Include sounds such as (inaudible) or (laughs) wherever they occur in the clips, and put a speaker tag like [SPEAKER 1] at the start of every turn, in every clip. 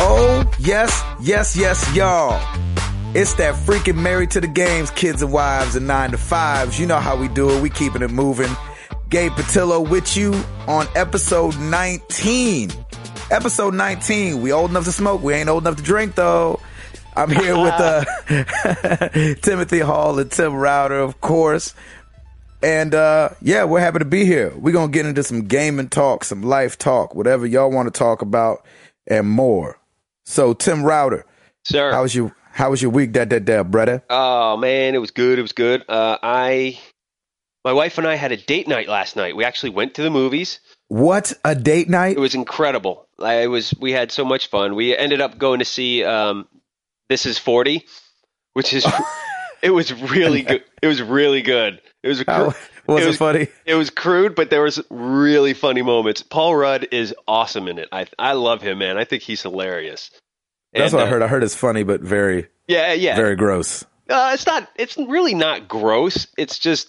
[SPEAKER 1] Oh, Yes, yes, yes, y'all. It's that freaking married to the games, kids and wives and nine to fives. You know how we do it. We keeping it moving. Gabe Patillo with you on episode 19. Episode 19. We old enough to smoke. We ain't old enough to drink though. I'm here with uh, (laughs) Timothy Hall and Tim Router, of course. And uh, yeah, we're happy to be here. We're gonna get into some gaming talk, some life talk, whatever y'all want to talk about, and more. So, Tim Router,
[SPEAKER 2] Sir.
[SPEAKER 1] how was your how was your week? That that that brother.
[SPEAKER 2] oh man, it was good. It was good. Uh, I, my wife and I had a date night last night. We actually went to the movies.
[SPEAKER 1] What a date night!
[SPEAKER 2] It was incredible. I was. We had so much fun. We ended up going to see um, This Is Forty, which is.
[SPEAKER 1] Oh.
[SPEAKER 2] (laughs) it was really good. It was really good. It was. A cr-
[SPEAKER 1] How- was it,
[SPEAKER 2] it was-
[SPEAKER 1] funny?
[SPEAKER 2] It was crude, but there was really funny moments. Paul Rudd is awesome in it. I I love him, man. I think he's hilarious.
[SPEAKER 1] That's
[SPEAKER 2] And,
[SPEAKER 1] what I
[SPEAKER 2] uh,
[SPEAKER 1] heard. I heard it's funny, but very
[SPEAKER 2] Yeah, yeah.
[SPEAKER 1] very gross.
[SPEAKER 2] Uh, it's not. It's really not gross. It's just.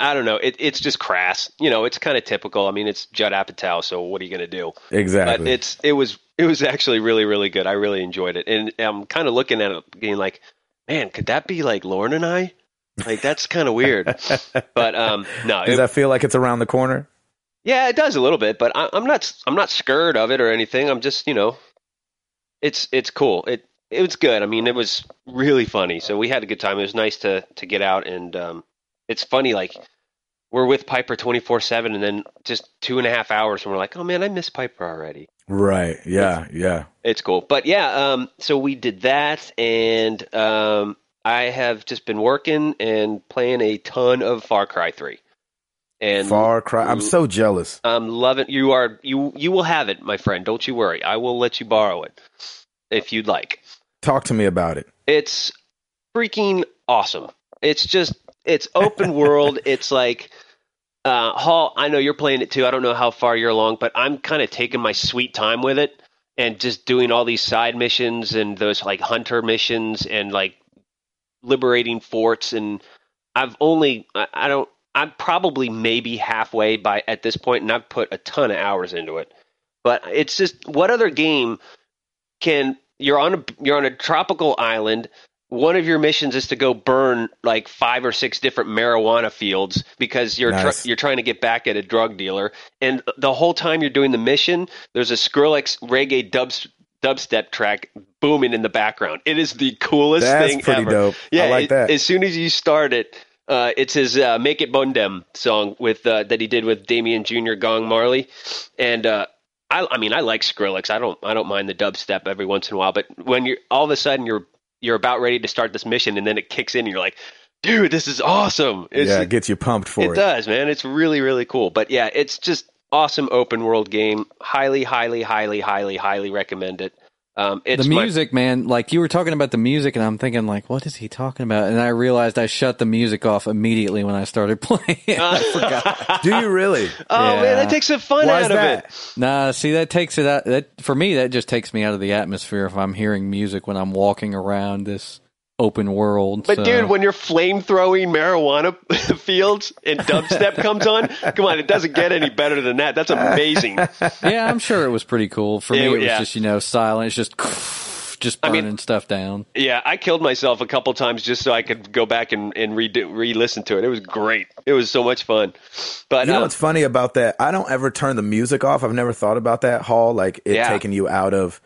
[SPEAKER 2] I don't know. It, it's just crass. You know, it's kind of typical. I mean, it's Judd Apatow, so what are you going to do? But
[SPEAKER 1] Exactly.
[SPEAKER 2] it's it was it was actually really really good. I really enjoyed it, and I'm kind of looking at it, being like, man, could that be like Lauren and I? Like that's kind of weird. but um, no, it,
[SPEAKER 1] Does that feel like it's around the corner?
[SPEAKER 2] yeah, it does a little bit. But I, I'm not I'm not scared of it or anything. I'm just you know, it's it's cool. It it was good. I mean, it was really funny. So we had a good time. It was nice to to get out and um, it's funny like we're with Piper 24 seven, and then just two and a half hours, and we're like, oh man, I miss Piper already.
[SPEAKER 1] Right. Yeah. Yeah.
[SPEAKER 2] It's cool. But yeah, um, so we did that, and um, I have just been working and playing a ton of Far Cry 3. And
[SPEAKER 1] Far Cry. I'm so jealous.
[SPEAKER 2] I'm loving you are you you will have it, my friend. Don't you worry. I will let you borrow it if you'd like.
[SPEAKER 1] Talk to me about it.
[SPEAKER 2] It's freaking awesome. It's just it's open world. It's like uh, Hall, I know you're playing it too. I don't know how far you're along, but I'm kind of taking my sweet time with it and just doing all these side missions and those like hunter missions and like liberating forts. And I've only, I, I don't, I'm probably maybe halfway by at this point, and I've put a ton of hours into it. But it's just what other game can you're on a you're on a tropical island one of your missions is to go burn like five or six different marijuana fields because you're tr-
[SPEAKER 1] Nice.
[SPEAKER 2] you're trying to get back at a drug dealer, and the whole time you're doing the mission, there's a Skrillex reggae dubs- dubstep track booming in the background. It is the coolest
[SPEAKER 1] That's
[SPEAKER 2] thing
[SPEAKER 1] pretty
[SPEAKER 2] ever.
[SPEAKER 1] dope.
[SPEAKER 2] Yeah,
[SPEAKER 1] I like
[SPEAKER 2] it-
[SPEAKER 1] that.
[SPEAKER 2] As soon as you start it, uh, it's his uh, "Make It Bundem" song with uh, that he did with Damian Jr. Gong Marley, and uh, I, I mean, I like Skrillex. I don't, I don't mind the dubstep every once in a while, but when you're all of a sudden you're you're about ready to start this mission, and then it kicks in, and you're like, "Dude, this is awesome!" It's,
[SPEAKER 1] yeah, it gets you pumped for
[SPEAKER 2] it
[SPEAKER 1] it.
[SPEAKER 2] does, man. It's really, really cool. But yeah, it's just awesome open world game. Highly, highly, highly, highly, highly recommend it. Um, it's
[SPEAKER 3] the
[SPEAKER 2] my-
[SPEAKER 3] music, man. Like you were talking about the music, and I'm thinking, like, what is he talking about? And I realized I shut the music off immediately when I started (laughs) playing.
[SPEAKER 2] Uh.
[SPEAKER 3] I forgot.
[SPEAKER 1] Do you
[SPEAKER 2] (laughs)
[SPEAKER 1] really?
[SPEAKER 2] oh
[SPEAKER 3] Yeah.
[SPEAKER 2] man, that takes the fun
[SPEAKER 1] Why is
[SPEAKER 2] out of
[SPEAKER 1] that?
[SPEAKER 2] it.
[SPEAKER 3] Nah, see, that takes it out. That for me, that just takes me out of the atmosphere if I'm hearing music when I'm walking around this open world.
[SPEAKER 2] But
[SPEAKER 3] so-
[SPEAKER 2] dude, when you're flame throwing marijuana (laughs) fields and dubstep comes on, come on, it doesn't get any better than that. That's
[SPEAKER 1] (laughs)
[SPEAKER 2] amazing.
[SPEAKER 3] yeah, I'm sure it was pretty cool. For me,
[SPEAKER 2] Yeah,
[SPEAKER 3] it was
[SPEAKER 2] yeah.
[SPEAKER 3] just you know silent. It's just (laughs) just
[SPEAKER 2] I
[SPEAKER 3] burning
[SPEAKER 2] mean-
[SPEAKER 3] stuff down.
[SPEAKER 2] Yeah, I killed myself a couple times just so I could go back and, and redo re-listen to it. It was great. It was so much fun. But
[SPEAKER 1] You know
[SPEAKER 2] uh,
[SPEAKER 1] what's funny about that? I don't ever turn the music off. I've never thought about that Hall, like it
[SPEAKER 2] Yeah.
[SPEAKER 1] taking you out of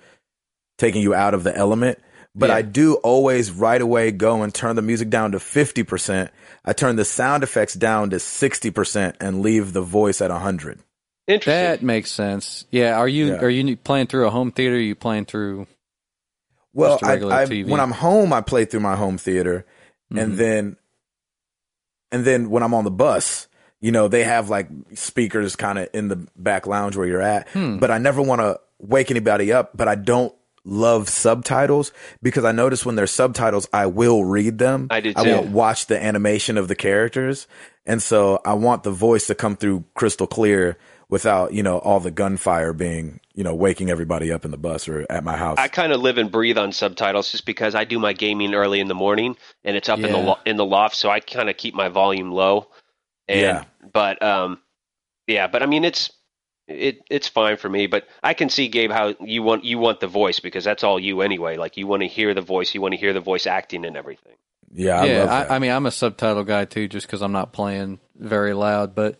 [SPEAKER 1] taking you out of the element. But
[SPEAKER 3] Yeah.
[SPEAKER 1] I do always right away go and turn the music down to fifty percent. I turn the sound effects down to sixty percent and leave the voice at hundred.
[SPEAKER 2] interesting.
[SPEAKER 3] That makes sense. Yeah, are you
[SPEAKER 1] Yeah.
[SPEAKER 3] are you playing through a home theater? Are you playing through?
[SPEAKER 1] Well,
[SPEAKER 3] Just a
[SPEAKER 1] I,
[SPEAKER 3] regular
[SPEAKER 1] I
[SPEAKER 3] TV.
[SPEAKER 1] when I'm home, I play through my home theater, and then and then when I'm on the bus, you know, they have like speakers kind of in the back lounge where you're at. But I never want to wake anybody up. But I don't love subtitles because I notice when there's subtitles, I will read them.
[SPEAKER 2] I do,
[SPEAKER 1] I
[SPEAKER 2] too.
[SPEAKER 1] won't watch the animation of the characters, and so I want the voice to come through crystal clear without you know all the gunfire being you know waking everybody up in the bus or at my house.
[SPEAKER 2] I kind of live and breathe on subtitles just because I do my gaming early in the morning and it's up in the
[SPEAKER 3] Yeah.
[SPEAKER 2] lo- in the loft, so I kind of keep my volume low. And,
[SPEAKER 1] Yeah.
[SPEAKER 2] But um, yeah, but I mean, it's it it's fine for me, but I can see Gabe how you want you want the voice because that's all you anyway. Like you want to hear the voice, you want to hear the voice acting and everything.
[SPEAKER 1] Yeah, I love that.
[SPEAKER 3] I, I mean, I'm a subtitle guy too, just because I'm not playing very loud. But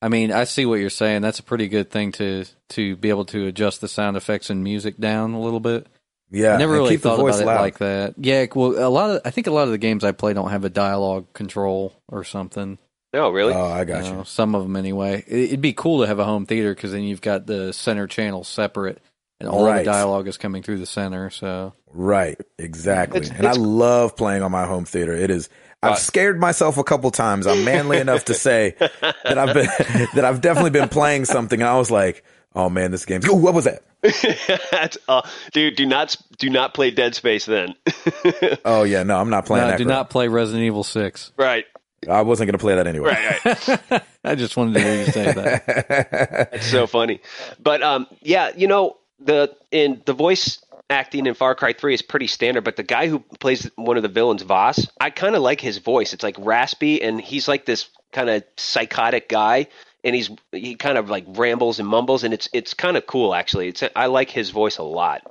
[SPEAKER 3] I mean, I see what you're saying. That's a pretty good thing to to be able to adjust the sound effects and music down a little bit.
[SPEAKER 1] yeah,
[SPEAKER 3] I never
[SPEAKER 1] and
[SPEAKER 3] really
[SPEAKER 1] keep the
[SPEAKER 3] thought
[SPEAKER 1] voice
[SPEAKER 3] about it
[SPEAKER 1] loud.
[SPEAKER 3] like that. Yeah, well, a lot of I think a lot of the games I play don't have a dialogue control or something.
[SPEAKER 2] No, really?
[SPEAKER 1] Oh, I got you.
[SPEAKER 3] know, some of them anyway. It- It'd be cool to have a home theater because then you've got the center channel separate, and all
[SPEAKER 1] Right.
[SPEAKER 3] the dialogue is coming through the center. So
[SPEAKER 1] Right, exactly.
[SPEAKER 2] It's-
[SPEAKER 1] and I
[SPEAKER 2] it's-
[SPEAKER 1] love playing on my home theater. It is.
[SPEAKER 2] Uh,
[SPEAKER 1] I've scared myself a couple times. I'm manly enough to say that I've been (laughs) that I've definitely been playing something. And I was like, "Oh man, this game's. Ooh, what was that?
[SPEAKER 2] (laughs) That's- uh, dude, do not do not play Dead Space then. (laughs)
[SPEAKER 1] Oh yeah, no, I'm not playing
[SPEAKER 3] no,
[SPEAKER 1] that.
[SPEAKER 3] do
[SPEAKER 1] crap.
[SPEAKER 3] not play Resident Evil Six.
[SPEAKER 2] right,
[SPEAKER 1] I wasn't gonna play that anyway.
[SPEAKER 2] right, right.
[SPEAKER 3] I just wanted to hear
[SPEAKER 1] (laughs)
[SPEAKER 3] you say that.
[SPEAKER 2] It's so funny. But um, yeah, you know the in the voice acting in Far Cry Three is pretty standard. But the guy who plays one of the villains, Voss, I kind of like his voice. It's like raspy, and he's like this kind of psychotic guy, and he's he kind of like rambles and mumbles, and it's it's kind of cool actually. It's I like his voice a lot.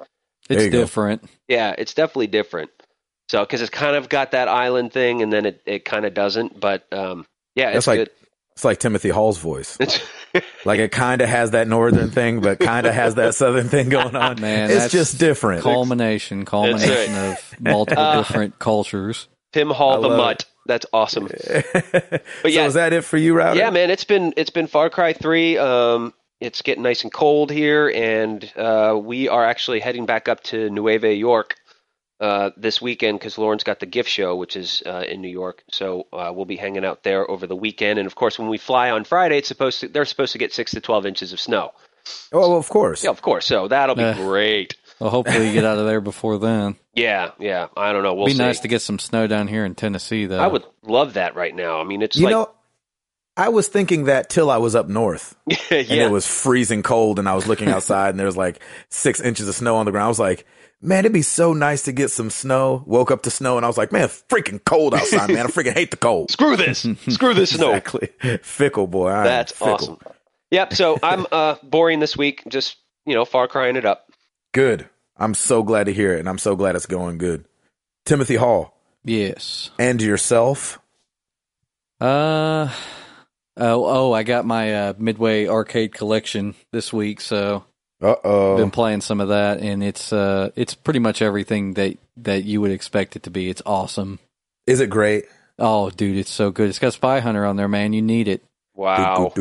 [SPEAKER 1] There
[SPEAKER 3] It's
[SPEAKER 1] you go.
[SPEAKER 3] different.
[SPEAKER 2] Yeah, it's definitely different. So because it's kind of got that island thing, and then it it kind of doesn't. But um, yeah,
[SPEAKER 1] That's
[SPEAKER 2] it's
[SPEAKER 1] like-
[SPEAKER 2] good. (laughs)
[SPEAKER 1] It's like Timothy Hall's voice.
[SPEAKER 2] It's,
[SPEAKER 1] Like it kind of has that northern thing, but kind of has that southern thing going on.
[SPEAKER 3] Man,
[SPEAKER 1] it's
[SPEAKER 3] that's
[SPEAKER 1] just different. (laughs)
[SPEAKER 3] Culmination, culmination of multiple
[SPEAKER 2] Uh,
[SPEAKER 3] different cultures.
[SPEAKER 2] Tim Hall
[SPEAKER 1] I
[SPEAKER 2] the
[SPEAKER 1] love
[SPEAKER 2] Mutt. That's awesome.
[SPEAKER 1] so
[SPEAKER 2] yeah.
[SPEAKER 1] is that it for you, Rowdy?
[SPEAKER 2] Yeah, man, it's been it's been Far Cry three. Um, it's getting nice and cold here, and uh, we are actually heading back up to Nueva York uh, this weekend because Lauren's got the gift show, which is uh, in New York. So uh, we'll be hanging out there over the weekend, and of course, when we fly on Friday, it's supposed to they're supposed to get six to twelve inches of snow.
[SPEAKER 1] Oh, well, of course.
[SPEAKER 2] Yeah, of course. So that'll be
[SPEAKER 3] Uh.
[SPEAKER 2] great.
[SPEAKER 3] Well, hopefully you get out of there before then.
[SPEAKER 2] Yeah, yeah. I don't know. We'll
[SPEAKER 3] Be
[SPEAKER 2] see.
[SPEAKER 3] nice to get some snow down here in Tennessee, though.
[SPEAKER 2] I would love that right now. I mean, it's
[SPEAKER 1] You
[SPEAKER 2] like
[SPEAKER 1] know, I was thinking that till I was up north and
[SPEAKER 2] (laughs) yeah,
[SPEAKER 1] it was freezing cold and I was looking outside and there was like six inches of snow on the ground. I was like, man, it'd be so nice to get some snow. Woke up to snow and I was like, man, it's freaking cold outside, man. I freaking hate the cold.
[SPEAKER 2] screw this, screw this snow.
[SPEAKER 1] Exactly. Fickle boy. I am
[SPEAKER 2] That's
[SPEAKER 1] fickle.
[SPEAKER 2] awesome. Yep. So I'm uh, (laughs) boring this week. Just you know, far crying it up.
[SPEAKER 1] Good. I'm so glad to hear it and I'm so glad it's going good. Timothy Hall
[SPEAKER 3] Yes.
[SPEAKER 1] and yourself.
[SPEAKER 3] Uh oh oh I got my uh, Midway arcade collection this week, so
[SPEAKER 1] Uh
[SPEAKER 3] been
[SPEAKER 1] oh.
[SPEAKER 3] playing some of that and it's uh it's pretty much everything that that you would expect it to be. It's awesome.
[SPEAKER 1] Is it great?
[SPEAKER 3] Oh dude, it's so good. It's got Spy Hunter on there, man. You need it.
[SPEAKER 2] Wow.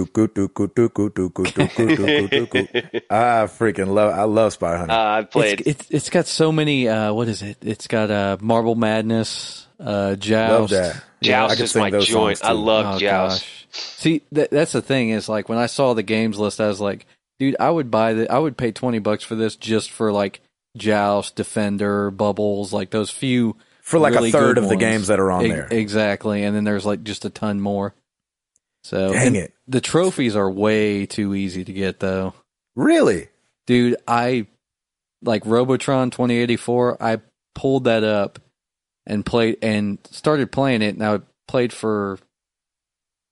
[SPEAKER 1] I freaking love I love Spy Hunter.
[SPEAKER 2] (laughs) Uh, I've played.
[SPEAKER 3] It's, it's it's got so many uh what is it? It's got uh Marble Madness, uh
[SPEAKER 1] Love
[SPEAKER 3] Joust.
[SPEAKER 1] that.
[SPEAKER 2] Joust
[SPEAKER 1] I can
[SPEAKER 2] is
[SPEAKER 1] sing
[SPEAKER 2] my
[SPEAKER 1] those
[SPEAKER 2] joint.
[SPEAKER 1] songs
[SPEAKER 2] I
[SPEAKER 1] too.
[SPEAKER 2] love Joust.
[SPEAKER 3] Oh, Gosh. See, that, that's the thing is like when I saw the games list, I was like, dude, I would buy the, I would pay twenty bucks for this just for like Joust, Defender, Bubbles, like those few
[SPEAKER 1] for like
[SPEAKER 3] really
[SPEAKER 1] a third of
[SPEAKER 3] good
[SPEAKER 1] the
[SPEAKER 3] ones.
[SPEAKER 1] games that are on
[SPEAKER 3] E-
[SPEAKER 1] there.
[SPEAKER 3] exactly, and then there's like just a ton more. So
[SPEAKER 1] Dang
[SPEAKER 3] and
[SPEAKER 1] it.
[SPEAKER 3] the trophies are way too easy to get though,
[SPEAKER 1] Really?
[SPEAKER 3] dude. I like Robotron twenty eighty four. I pulled that up and played and started playing it, and I played for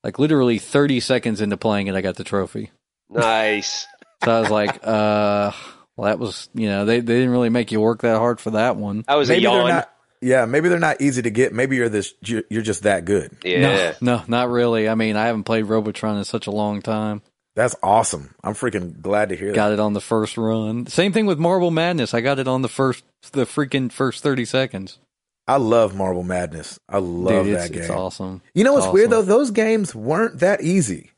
[SPEAKER 3] like literally thirty seconds into playing it. I got the trophy.
[SPEAKER 2] Nice.
[SPEAKER 3] So I
[SPEAKER 1] (laughs)
[SPEAKER 3] was like, uh, well, that was, you know, they, they didn't really make you work that hard for that one.
[SPEAKER 2] That was a
[SPEAKER 1] they're
[SPEAKER 2] yawn.
[SPEAKER 1] not. Yeah, maybe they're not easy to get. Maybe you're this. You're you're just that good. (laughs)
[SPEAKER 2] yeah.
[SPEAKER 3] No, no, not really. I mean, I haven't played Robotron in such a long time.
[SPEAKER 1] That's awesome. I'm freaking glad to hear that.
[SPEAKER 3] Got it on the first run. Same thing with Marble Madness. I got it on the first, the freaking first 30 seconds.
[SPEAKER 1] I love Marble Madness. I love
[SPEAKER 3] Dude, it's,
[SPEAKER 1] that game.
[SPEAKER 3] it's awesome.
[SPEAKER 1] you know
[SPEAKER 3] it's
[SPEAKER 1] what's weird though?
[SPEAKER 3] awesome.
[SPEAKER 1] Those games weren't that easy.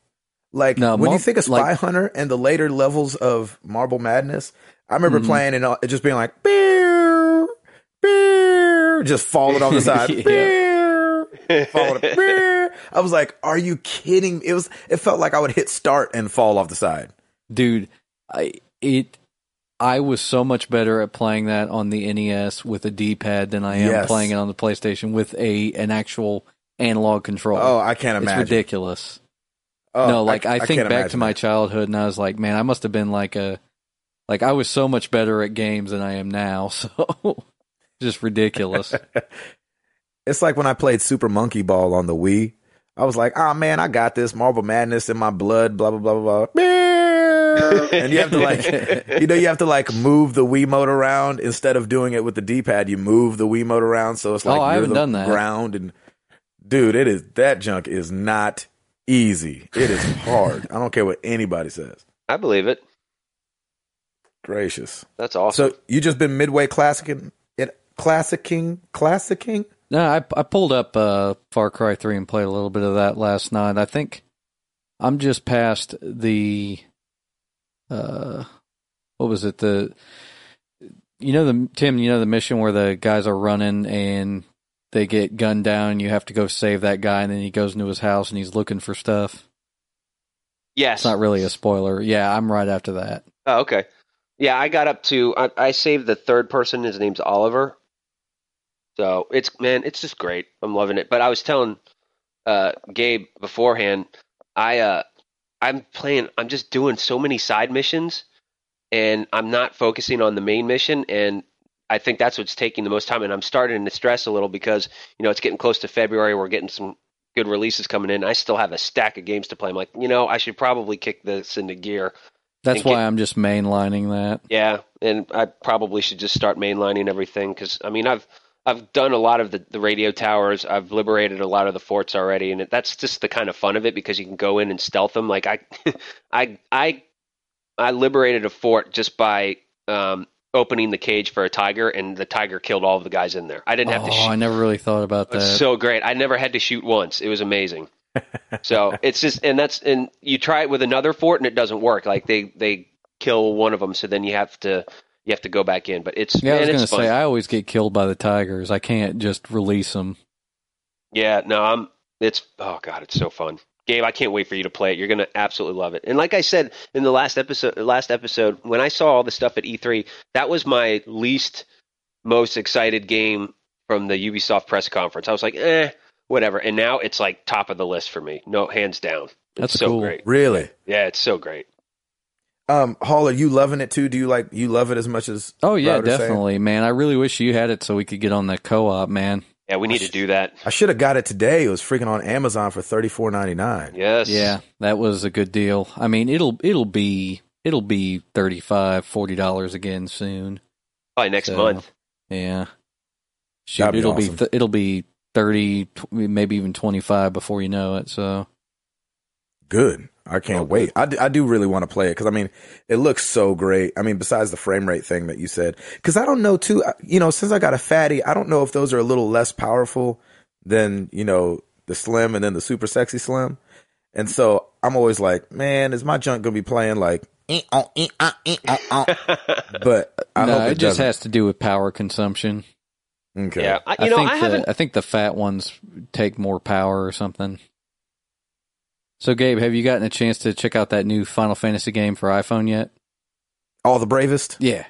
[SPEAKER 1] Like
[SPEAKER 3] No,
[SPEAKER 1] when
[SPEAKER 3] Mar-
[SPEAKER 1] you think of Spy
[SPEAKER 3] like-
[SPEAKER 1] Hunter and the later levels of Marble Madness, I remember
[SPEAKER 3] Mhm.
[SPEAKER 1] playing and uh, just being like, beer, beer, just falling on the
[SPEAKER 3] (laughs)
[SPEAKER 1] side,
[SPEAKER 3] Yeah.
[SPEAKER 1] beer,
[SPEAKER 3] (laughs)
[SPEAKER 1] falling, beer. I was like, are you kidding? me? It was. It felt like I would hit start and fall off the side.
[SPEAKER 3] Dude, I, it, I was so much better at playing that on the NES with a D-pad than I am
[SPEAKER 1] Yes.
[SPEAKER 3] playing it on the PlayStation with a, an actual analog controller.
[SPEAKER 1] Oh, I can't
[SPEAKER 3] it's
[SPEAKER 1] imagine.
[SPEAKER 3] ridiculous.
[SPEAKER 1] Oh,
[SPEAKER 3] no, like I, think
[SPEAKER 1] can't
[SPEAKER 3] back to
[SPEAKER 1] imagine
[SPEAKER 3] my
[SPEAKER 1] that.
[SPEAKER 3] childhood, and I was like, man, I must have been like a, like I was so much better at games than I am now. (laughs) So just ridiculous.
[SPEAKER 1] It's like when I played Super Monkey Ball on the Wii. I was like, ah man, I got this Marble Madness in my blood. Blah blah blah blah. blah. (laughs)
[SPEAKER 3] (laughs)
[SPEAKER 1] and you have to like, you know, you have to like move the Wiimote around instead of doing it with the D-pad. You move the Wiimote around, so it's
[SPEAKER 3] Oh,
[SPEAKER 1] like
[SPEAKER 3] I
[SPEAKER 1] you're
[SPEAKER 3] haven't
[SPEAKER 1] the
[SPEAKER 3] done that.
[SPEAKER 1] ground. And dude, it is that junk is not easy. It is hard. I don't care what anybody says.
[SPEAKER 2] (laughs) I believe it.
[SPEAKER 1] Gracious.
[SPEAKER 2] That's awesome.
[SPEAKER 1] So you just been midway classicing it, classicing, classicing.
[SPEAKER 3] No, I I pulled up uh, Far Cry Three and played a little bit of that last night. I think I'm just past the uh, what was it the you know the Tim you know the mission where the guys are running and they get gunned down and you have to go save that guy and then he goes into his house and he's looking for stuff.
[SPEAKER 2] yes.
[SPEAKER 3] It's not really a spoiler. Yeah, I'm right after that.
[SPEAKER 2] Oh, okay. Yeah, I got up to I, I saved the third person. His name's Oliver. So it's man, it's just great. I'm loving it. But I was telling uh, Gabe beforehand, I uh, I'm playing. I'm just doing so many side missions, and I'm not focusing on the main mission. And I think that's what's taking the most time. And I'm starting to stress a little because you know it's getting close to February. We're getting some good releases coming in. I still have a stack of games to play. I'm like, you know, I should probably kick this into gear.
[SPEAKER 3] That's
[SPEAKER 2] And get-
[SPEAKER 3] why I'm just mainlining that.
[SPEAKER 2] Yeah, and I probably should just start mainlining everything because I mean I've I've done a lot of the, the radio towers. I've liberated a lot of the forts already, and it, that's just the kind of fun of it because you can go in and stealth them. Like I, (laughs) I, I, I liberated a fort just by um, opening the cage for a tiger, and the tiger killed all of the guys in there. I didn't have to.
[SPEAKER 3] Oh,
[SPEAKER 2] shoot.
[SPEAKER 3] I never really thought about that.
[SPEAKER 2] It's so great. I never had to shoot once. It was amazing.
[SPEAKER 3] (laughs)
[SPEAKER 2] so it's just, and that's, and you try it with another fort and it doesn't work. Like they, they kill one of them. So then you have to, you have to go back in, but it's,
[SPEAKER 3] yeah,
[SPEAKER 2] man,
[SPEAKER 3] I was
[SPEAKER 2] it's
[SPEAKER 3] gonna
[SPEAKER 2] fun.
[SPEAKER 3] say I always get killed by the tigers. I can't just release them.
[SPEAKER 2] yeah, no, I'm, it's, oh God, it's so fun. Gabe, I can't wait for you to play it. You're going to absolutely love it. And like I said in the last episode, last episode, when I saw all the stuff at E3, that was my least most excited game from the Ubisoft press conference. I was like, eh, whatever. And now it's like top of the list for me. No, hands down.
[SPEAKER 3] That's
[SPEAKER 2] it's so
[SPEAKER 3] cool.
[SPEAKER 2] great.
[SPEAKER 1] Really?
[SPEAKER 2] Yeah, it's so great.
[SPEAKER 1] Um, Hall, are you loving it too? Do you like, you love it as much as,
[SPEAKER 3] Oh yeah,
[SPEAKER 1] Router's saying.
[SPEAKER 3] definitely, man. I really wish you had it so we could get on the co-op, man.
[SPEAKER 2] Yeah, we need to do that.
[SPEAKER 1] I should have got it today. It was freaking on Amazon for thirty four ninety nine.
[SPEAKER 2] Yes.
[SPEAKER 3] Yeah, that was a good deal. I mean, it'll it'll be it'll be 35 40 dollars again soon.
[SPEAKER 2] Probably next
[SPEAKER 3] So-
[SPEAKER 2] month. (laughs)
[SPEAKER 3] Yeah. Shoot,
[SPEAKER 1] That'd be
[SPEAKER 3] it'll
[SPEAKER 1] awesome.
[SPEAKER 3] be th- it'll be 30 tw- maybe even 25 before you know it. So,
[SPEAKER 1] Good. I can't
[SPEAKER 2] Oh,
[SPEAKER 1] wait. I do, I do really want to play it because I mean, it looks so great. I mean, besides the frame rate thing that you said, because I don't know too. I- You know, since I got a fatty, I don't know if those are a little less powerful than you know the slim and then the super sexy slim. And so I'm always like, man, is my junk gonna be playing like? eh, oh, eh, ah, eh, oh,
[SPEAKER 2] (laughs)
[SPEAKER 1] oh. But I
[SPEAKER 3] no,
[SPEAKER 1] hope it,
[SPEAKER 3] it just
[SPEAKER 1] doesn't.
[SPEAKER 3] has to do with power consumption.
[SPEAKER 1] okay.
[SPEAKER 2] Yeah. I, you
[SPEAKER 3] I
[SPEAKER 2] know,
[SPEAKER 3] think
[SPEAKER 2] I
[SPEAKER 3] the,
[SPEAKER 2] haven't.
[SPEAKER 3] I think the fat ones take more power or something. So, Gabe, have you gotten a chance to check out that new Final Fantasy game for iPhone yet?
[SPEAKER 1] All the bravest.
[SPEAKER 3] Yeah.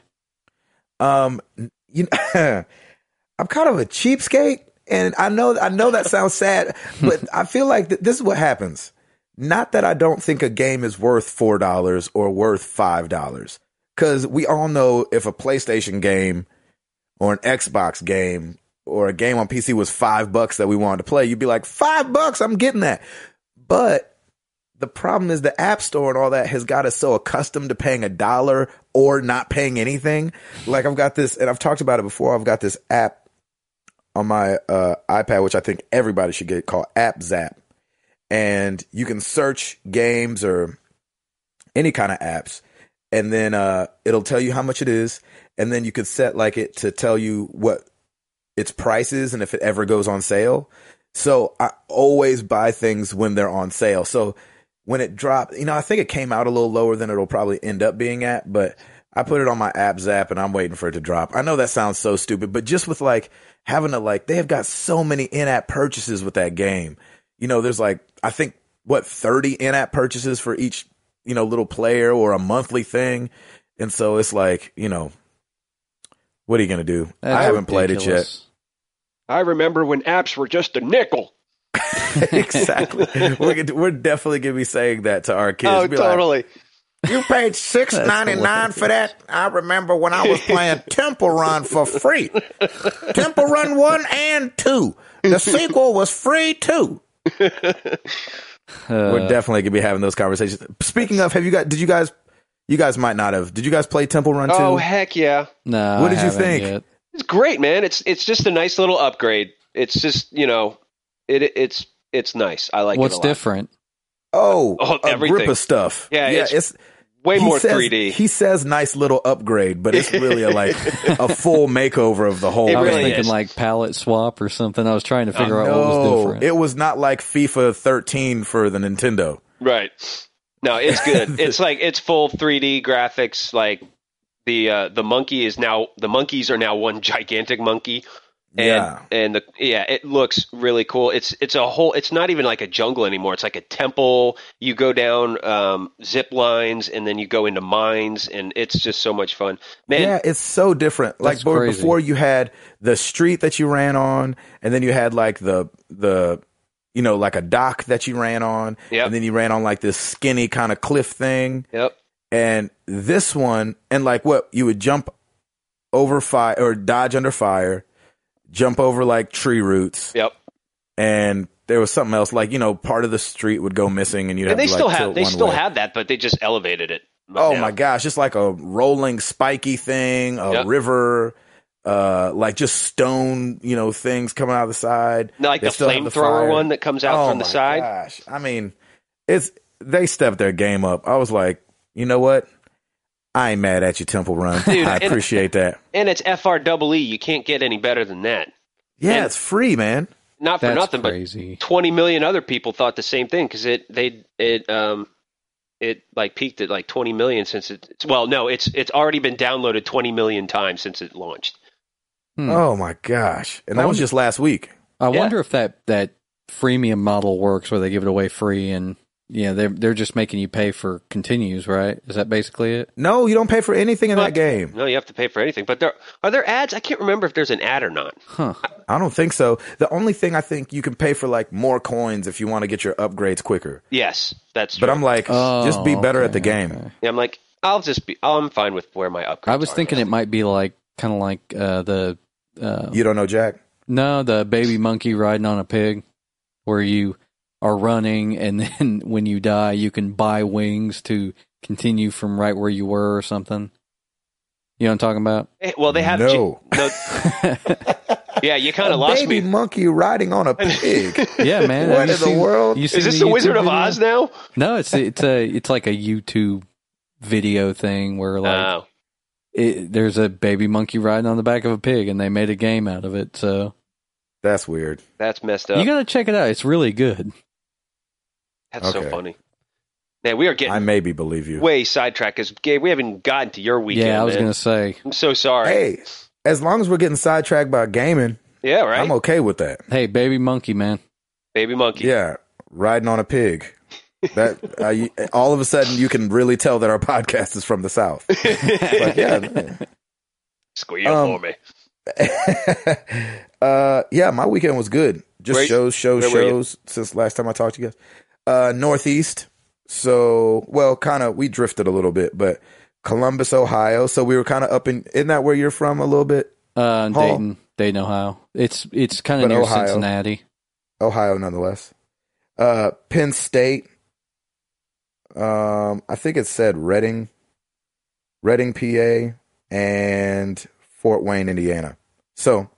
[SPEAKER 1] Um, you, (laughs) I'm kind of a cheapskate, and I know I know that sounds sad, but I feel like th- this is what happens. Not that I don't think a game is worth four dollars or worth five dollars, because we all know if a PlayStation game or an Xbox game or a game on PC was five bucks that we wanted to play, you'd be like, five bucks, I'm getting that. But the problem is the app store and all that has got us so accustomed to paying a dollar or not paying anything. Like I've got this, and I've talked about it before. I've got this app on my uh, iPad, which I think everybody should get called App Zap, and you can search games or any kind of apps, and then uh, it'll tell you how much it is, and then you could set like it to tell you what its price is and if it ever goes on sale. So I always buy things when they're on sale. So when it dropped, you know, I think it came out a little lower than it'll probably end up being at, but I put it on my app zap and I'm waiting for it to drop. I know that sounds so stupid, but just with like having to like, they have got so many in app purchases with that game. You know, there's like, I think what 30 in app purchases for each, you know, little player or a monthly thing. And so it's like, you know, what are you going to do? I haven't played it yet.
[SPEAKER 2] I remember when apps were just a nickel.
[SPEAKER 1] (laughs)
[SPEAKER 2] (laughs)
[SPEAKER 1] exactly. We're, gonna- we're definitely gonna be saying that to our kids.
[SPEAKER 2] oh,
[SPEAKER 1] Be like,
[SPEAKER 2] totally.
[SPEAKER 1] you
[SPEAKER 2] (laughs)
[SPEAKER 1] paid six ninety nine for that. I remember when I was playing
[SPEAKER 2] (laughs)
[SPEAKER 1] Temple Run for free. Temple Run one and two. The sequel was free too.
[SPEAKER 3] Uh,
[SPEAKER 2] (laughs) Uh,
[SPEAKER 1] we're definitely gonna be having those conversations. Speaking of, have you got? Did you guys You guys might not have. Did you guys play Temple Run 2?
[SPEAKER 2] Oh heck yeah.
[SPEAKER 3] No.
[SPEAKER 1] What
[SPEAKER 3] I
[SPEAKER 1] did you
[SPEAKER 3] haven't
[SPEAKER 1] think?
[SPEAKER 3] yet.
[SPEAKER 2] It's great, man. It's it's just a nice little upgrade. It's just, you know, it it's it's nice. I like
[SPEAKER 3] What's
[SPEAKER 2] it a lot.
[SPEAKER 3] different?
[SPEAKER 1] oh,
[SPEAKER 2] Oh, everything.
[SPEAKER 1] Agrippa stuff.
[SPEAKER 2] Yeah, it's Way
[SPEAKER 1] he
[SPEAKER 2] more
[SPEAKER 1] says-
[SPEAKER 2] 3D.
[SPEAKER 1] He says nice little upgrade, but it's really a, like a
[SPEAKER 2] (laughs)
[SPEAKER 1] full makeover of the whole
[SPEAKER 2] It
[SPEAKER 3] I
[SPEAKER 1] thing.
[SPEAKER 3] was
[SPEAKER 2] really
[SPEAKER 3] thinking
[SPEAKER 2] is.
[SPEAKER 3] like palette swap or something. I was trying to figure out what was
[SPEAKER 1] no,
[SPEAKER 3] different.
[SPEAKER 1] it was not like FIFA 13 for the Nintendo.
[SPEAKER 2] Right. No, it's
[SPEAKER 1] (laughs)
[SPEAKER 2] good. it's like it's full 3D graphics. Like the uh, the monkey is now the monkeys are now one gigantic monkey. And,
[SPEAKER 1] Yeah.
[SPEAKER 2] And the yeah, it looks really cool. It's it's a whole. It's not even like a jungle anymore. It's like a temple. You go down um, zip lines and then you go into mines, and it's just so much fun, man.
[SPEAKER 1] yeah, it's so different. Like
[SPEAKER 3] That's
[SPEAKER 1] but
[SPEAKER 3] crazy.
[SPEAKER 1] before, you had the street that you ran on, and then you had like the the you know like a dock that you ran on,
[SPEAKER 2] Yep.
[SPEAKER 1] and then you ran on like this skinny kind of cliff thing,
[SPEAKER 2] Yep.
[SPEAKER 1] and this one, and like what you would jump over fire or dodge under fire, jump over like tree roots,
[SPEAKER 2] Yep.
[SPEAKER 1] and there was something else like you know part of the street would go missing, and you
[SPEAKER 2] And
[SPEAKER 1] have
[SPEAKER 2] they
[SPEAKER 1] to like
[SPEAKER 2] still have
[SPEAKER 1] tilt
[SPEAKER 2] they
[SPEAKER 1] one
[SPEAKER 2] still
[SPEAKER 1] way.
[SPEAKER 2] have that, but they just elevated it.
[SPEAKER 1] Oh
[SPEAKER 2] now.
[SPEAKER 1] my gosh, it's like a rolling spiky thing, a
[SPEAKER 2] Yep.
[SPEAKER 1] river, uh, like just stone, you know, things coming out of the side.
[SPEAKER 2] Like
[SPEAKER 1] They
[SPEAKER 2] the
[SPEAKER 1] still have the
[SPEAKER 2] flamethrower
[SPEAKER 1] fire.
[SPEAKER 2] one that comes out
[SPEAKER 1] oh
[SPEAKER 2] from the
[SPEAKER 1] my
[SPEAKER 2] side.
[SPEAKER 1] gosh. I mean, it's they stepped their game up. I was like, you know what? I ain't mad at you, Temple Run.
[SPEAKER 2] (laughs) Dude,
[SPEAKER 1] I
[SPEAKER 2] and-
[SPEAKER 1] appreciate that.
[SPEAKER 2] And it's FREE. E. You can't get any better than that.
[SPEAKER 1] Yeah,
[SPEAKER 2] and-
[SPEAKER 1] it's free, man.
[SPEAKER 2] Not for
[SPEAKER 3] That's
[SPEAKER 2] nothing,
[SPEAKER 3] crazy.
[SPEAKER 2] but 20 million other people thought the same thing because it they it um it like peaked at like 20 million since it it's- well no it's it's already been downloaded 20 million times since it launched.
[SPEAKER 3] Hmm.
[SPEAKER 1] Oh my gosh. And
[SPEAKER 3] I
[SPEAKER 1] that was
[SPEAKER 3] wonder-
[SPEAKER 1] just last week.
[SPEAKER 3] I
[SPEAKER 2] Yeah.
[SPEAKER 3] wonder if that that freemium model works, where they give it away free, and yeah, they're they're just making you pay for continues, right? Is that basically it?
[SPEAKER 1] No, you don't pay for anything in
[SPEAKER 2] But-
[SPEAKER 1] that game.
[SPEAKER 2] No, you have to pay for anything. But there are there ads. I can't remember if there's an ad or not.
[SPEAKER 3] Huh.
[SPEAKER 1] I don't think so. The only thing I think you can pay for like more coins if you want to get your upgrades quicker.
[SPEAKER 2] Yes, that's true.
[SPEAKER 1] But I'm like, just be
[SPEAKER 3] Oh,
[SPEAKER 1] better
[SPEAKER 3] okay,
[SPEAKER 1] at the game.
[SPEAKER 3] okay.
[SPEAKER 2] Yeah, I'm like I'll just be I'm fine with where my upgrades.
[SPEAKER 3] I was
[SPEAKER 2] are
[SPEAKER 3] thinking
[SPEAKER 2] now.
[SPEAKER 3] it might be like kind of like uh, the uh,
[SPEAKER 1] You don't know Jack?
[SPEAKER 3] no the baby monkey riding on a pig, where you are running, and (laughs) then when you die, you can buy wings to continue from right where you were or something. You know what I'm talking about?
[SPEAKER 2] Eh, Well, they have
[SPEAKER 1] No. Oh,
[SPEAKER 2] no (laughs) yeah,
[SPEAKER 1] (laughs)
[SPEAKER 2] you kind of lost
[SPEAKER 1] baby
[SPEAKER 2] me.
[SPEAKER 1] monkey riding on
[SPEAKER 2] (laughs)
[SPEAKER 1] a pig.
[SPEAKER 3] yeah, man.
[SPEAKER 1] What
[SPEAKER 3] have you
[SPEAKER 1] in the
[SPEAKER 3] seen-
[SPEAKER 1] world?
[SPEAKER 3] you seen
[SPEAKER 2] Is this the
[SPEAKER 3] YouTube
[SPEAKER 2] Wizard of
[SPEAKER 3] video?
[SPEAKER 2] Oz now?
[SPEAKER 3] No, it's it's a it's like a YouTube video thing where like
[SPEAKER 2] Oh.
[SPEAKER 3] it, there's a baby monkey riding on the back of a pig, and they made a game out of it. So
[SPEAKER 1] That's weird.
[SPEAKER 2] That's messed up.
[SPEAKER 3] you gotta check it out. It's really good.
[SPEAKER 2] That's so
[SPEAKER 1] Okay.
[SPEAKER 2] funny. Man, we are
[SPEAKER 1] I
[SPEAKER 2] getting
[SPEAKER 1] maybe believe you.
[SPEAKER 2] way sidetracked because Gabe, we haven't gotten to your weekend.
[SPEAKER 3] yeah, I was
[SPEAKER 2] man.
[SPEAKER 3] gonna say,
[SPEAKER 2] I'm so sorry.
[SPEAKER 1] Hey, as long as we're getting sidetracked by gaming,
[SPEAKER 2] yeah, right.
[SPEAKER 1] I'm okay with that.
[SPEAKER 3] hey, baby monkey, man.
[SPEAKER 2] Baby (laughs) monkey.
[SPEAKER 1] Yeah, riding on a pig. That uh, you, all of a sudden you can really tell that our (laughs) podcast is from the south. But yeah,
[SPEAKER 2] Squeal
[SPEAKER 1] Um,
[SPEAKER 2] for me.
[SPEAKER 1] (laughs) uh, yeah, my weekend was good. Just
[SPEAKER 2] Where-
[SPEAKER 1] shows, shows,
[SPEAKER 2] where were you?
[SPEAKER 1] shows. Since last time I talked to you guys, uh, Northeast. So, well, kind of we drifted a little bit, but Columbus, Ohio. So we were kind of up in. Isn't that where you're from? A little bit, Hall.
[SPEAKER 3] Uh, Dayton, Dayton, Ohio. It's it's kind
[SPEAKER 1] But
[SPEAKER 3] of near
[SPEAKER 1] Ohio.
[SPEAKER 3] Cincinnati.
[SPEAKER 1] Ohio, nonetheless. Uh, Penn State. Um, I think it said Reading, Reading, PA, and Fort Wayne, Indiana. So,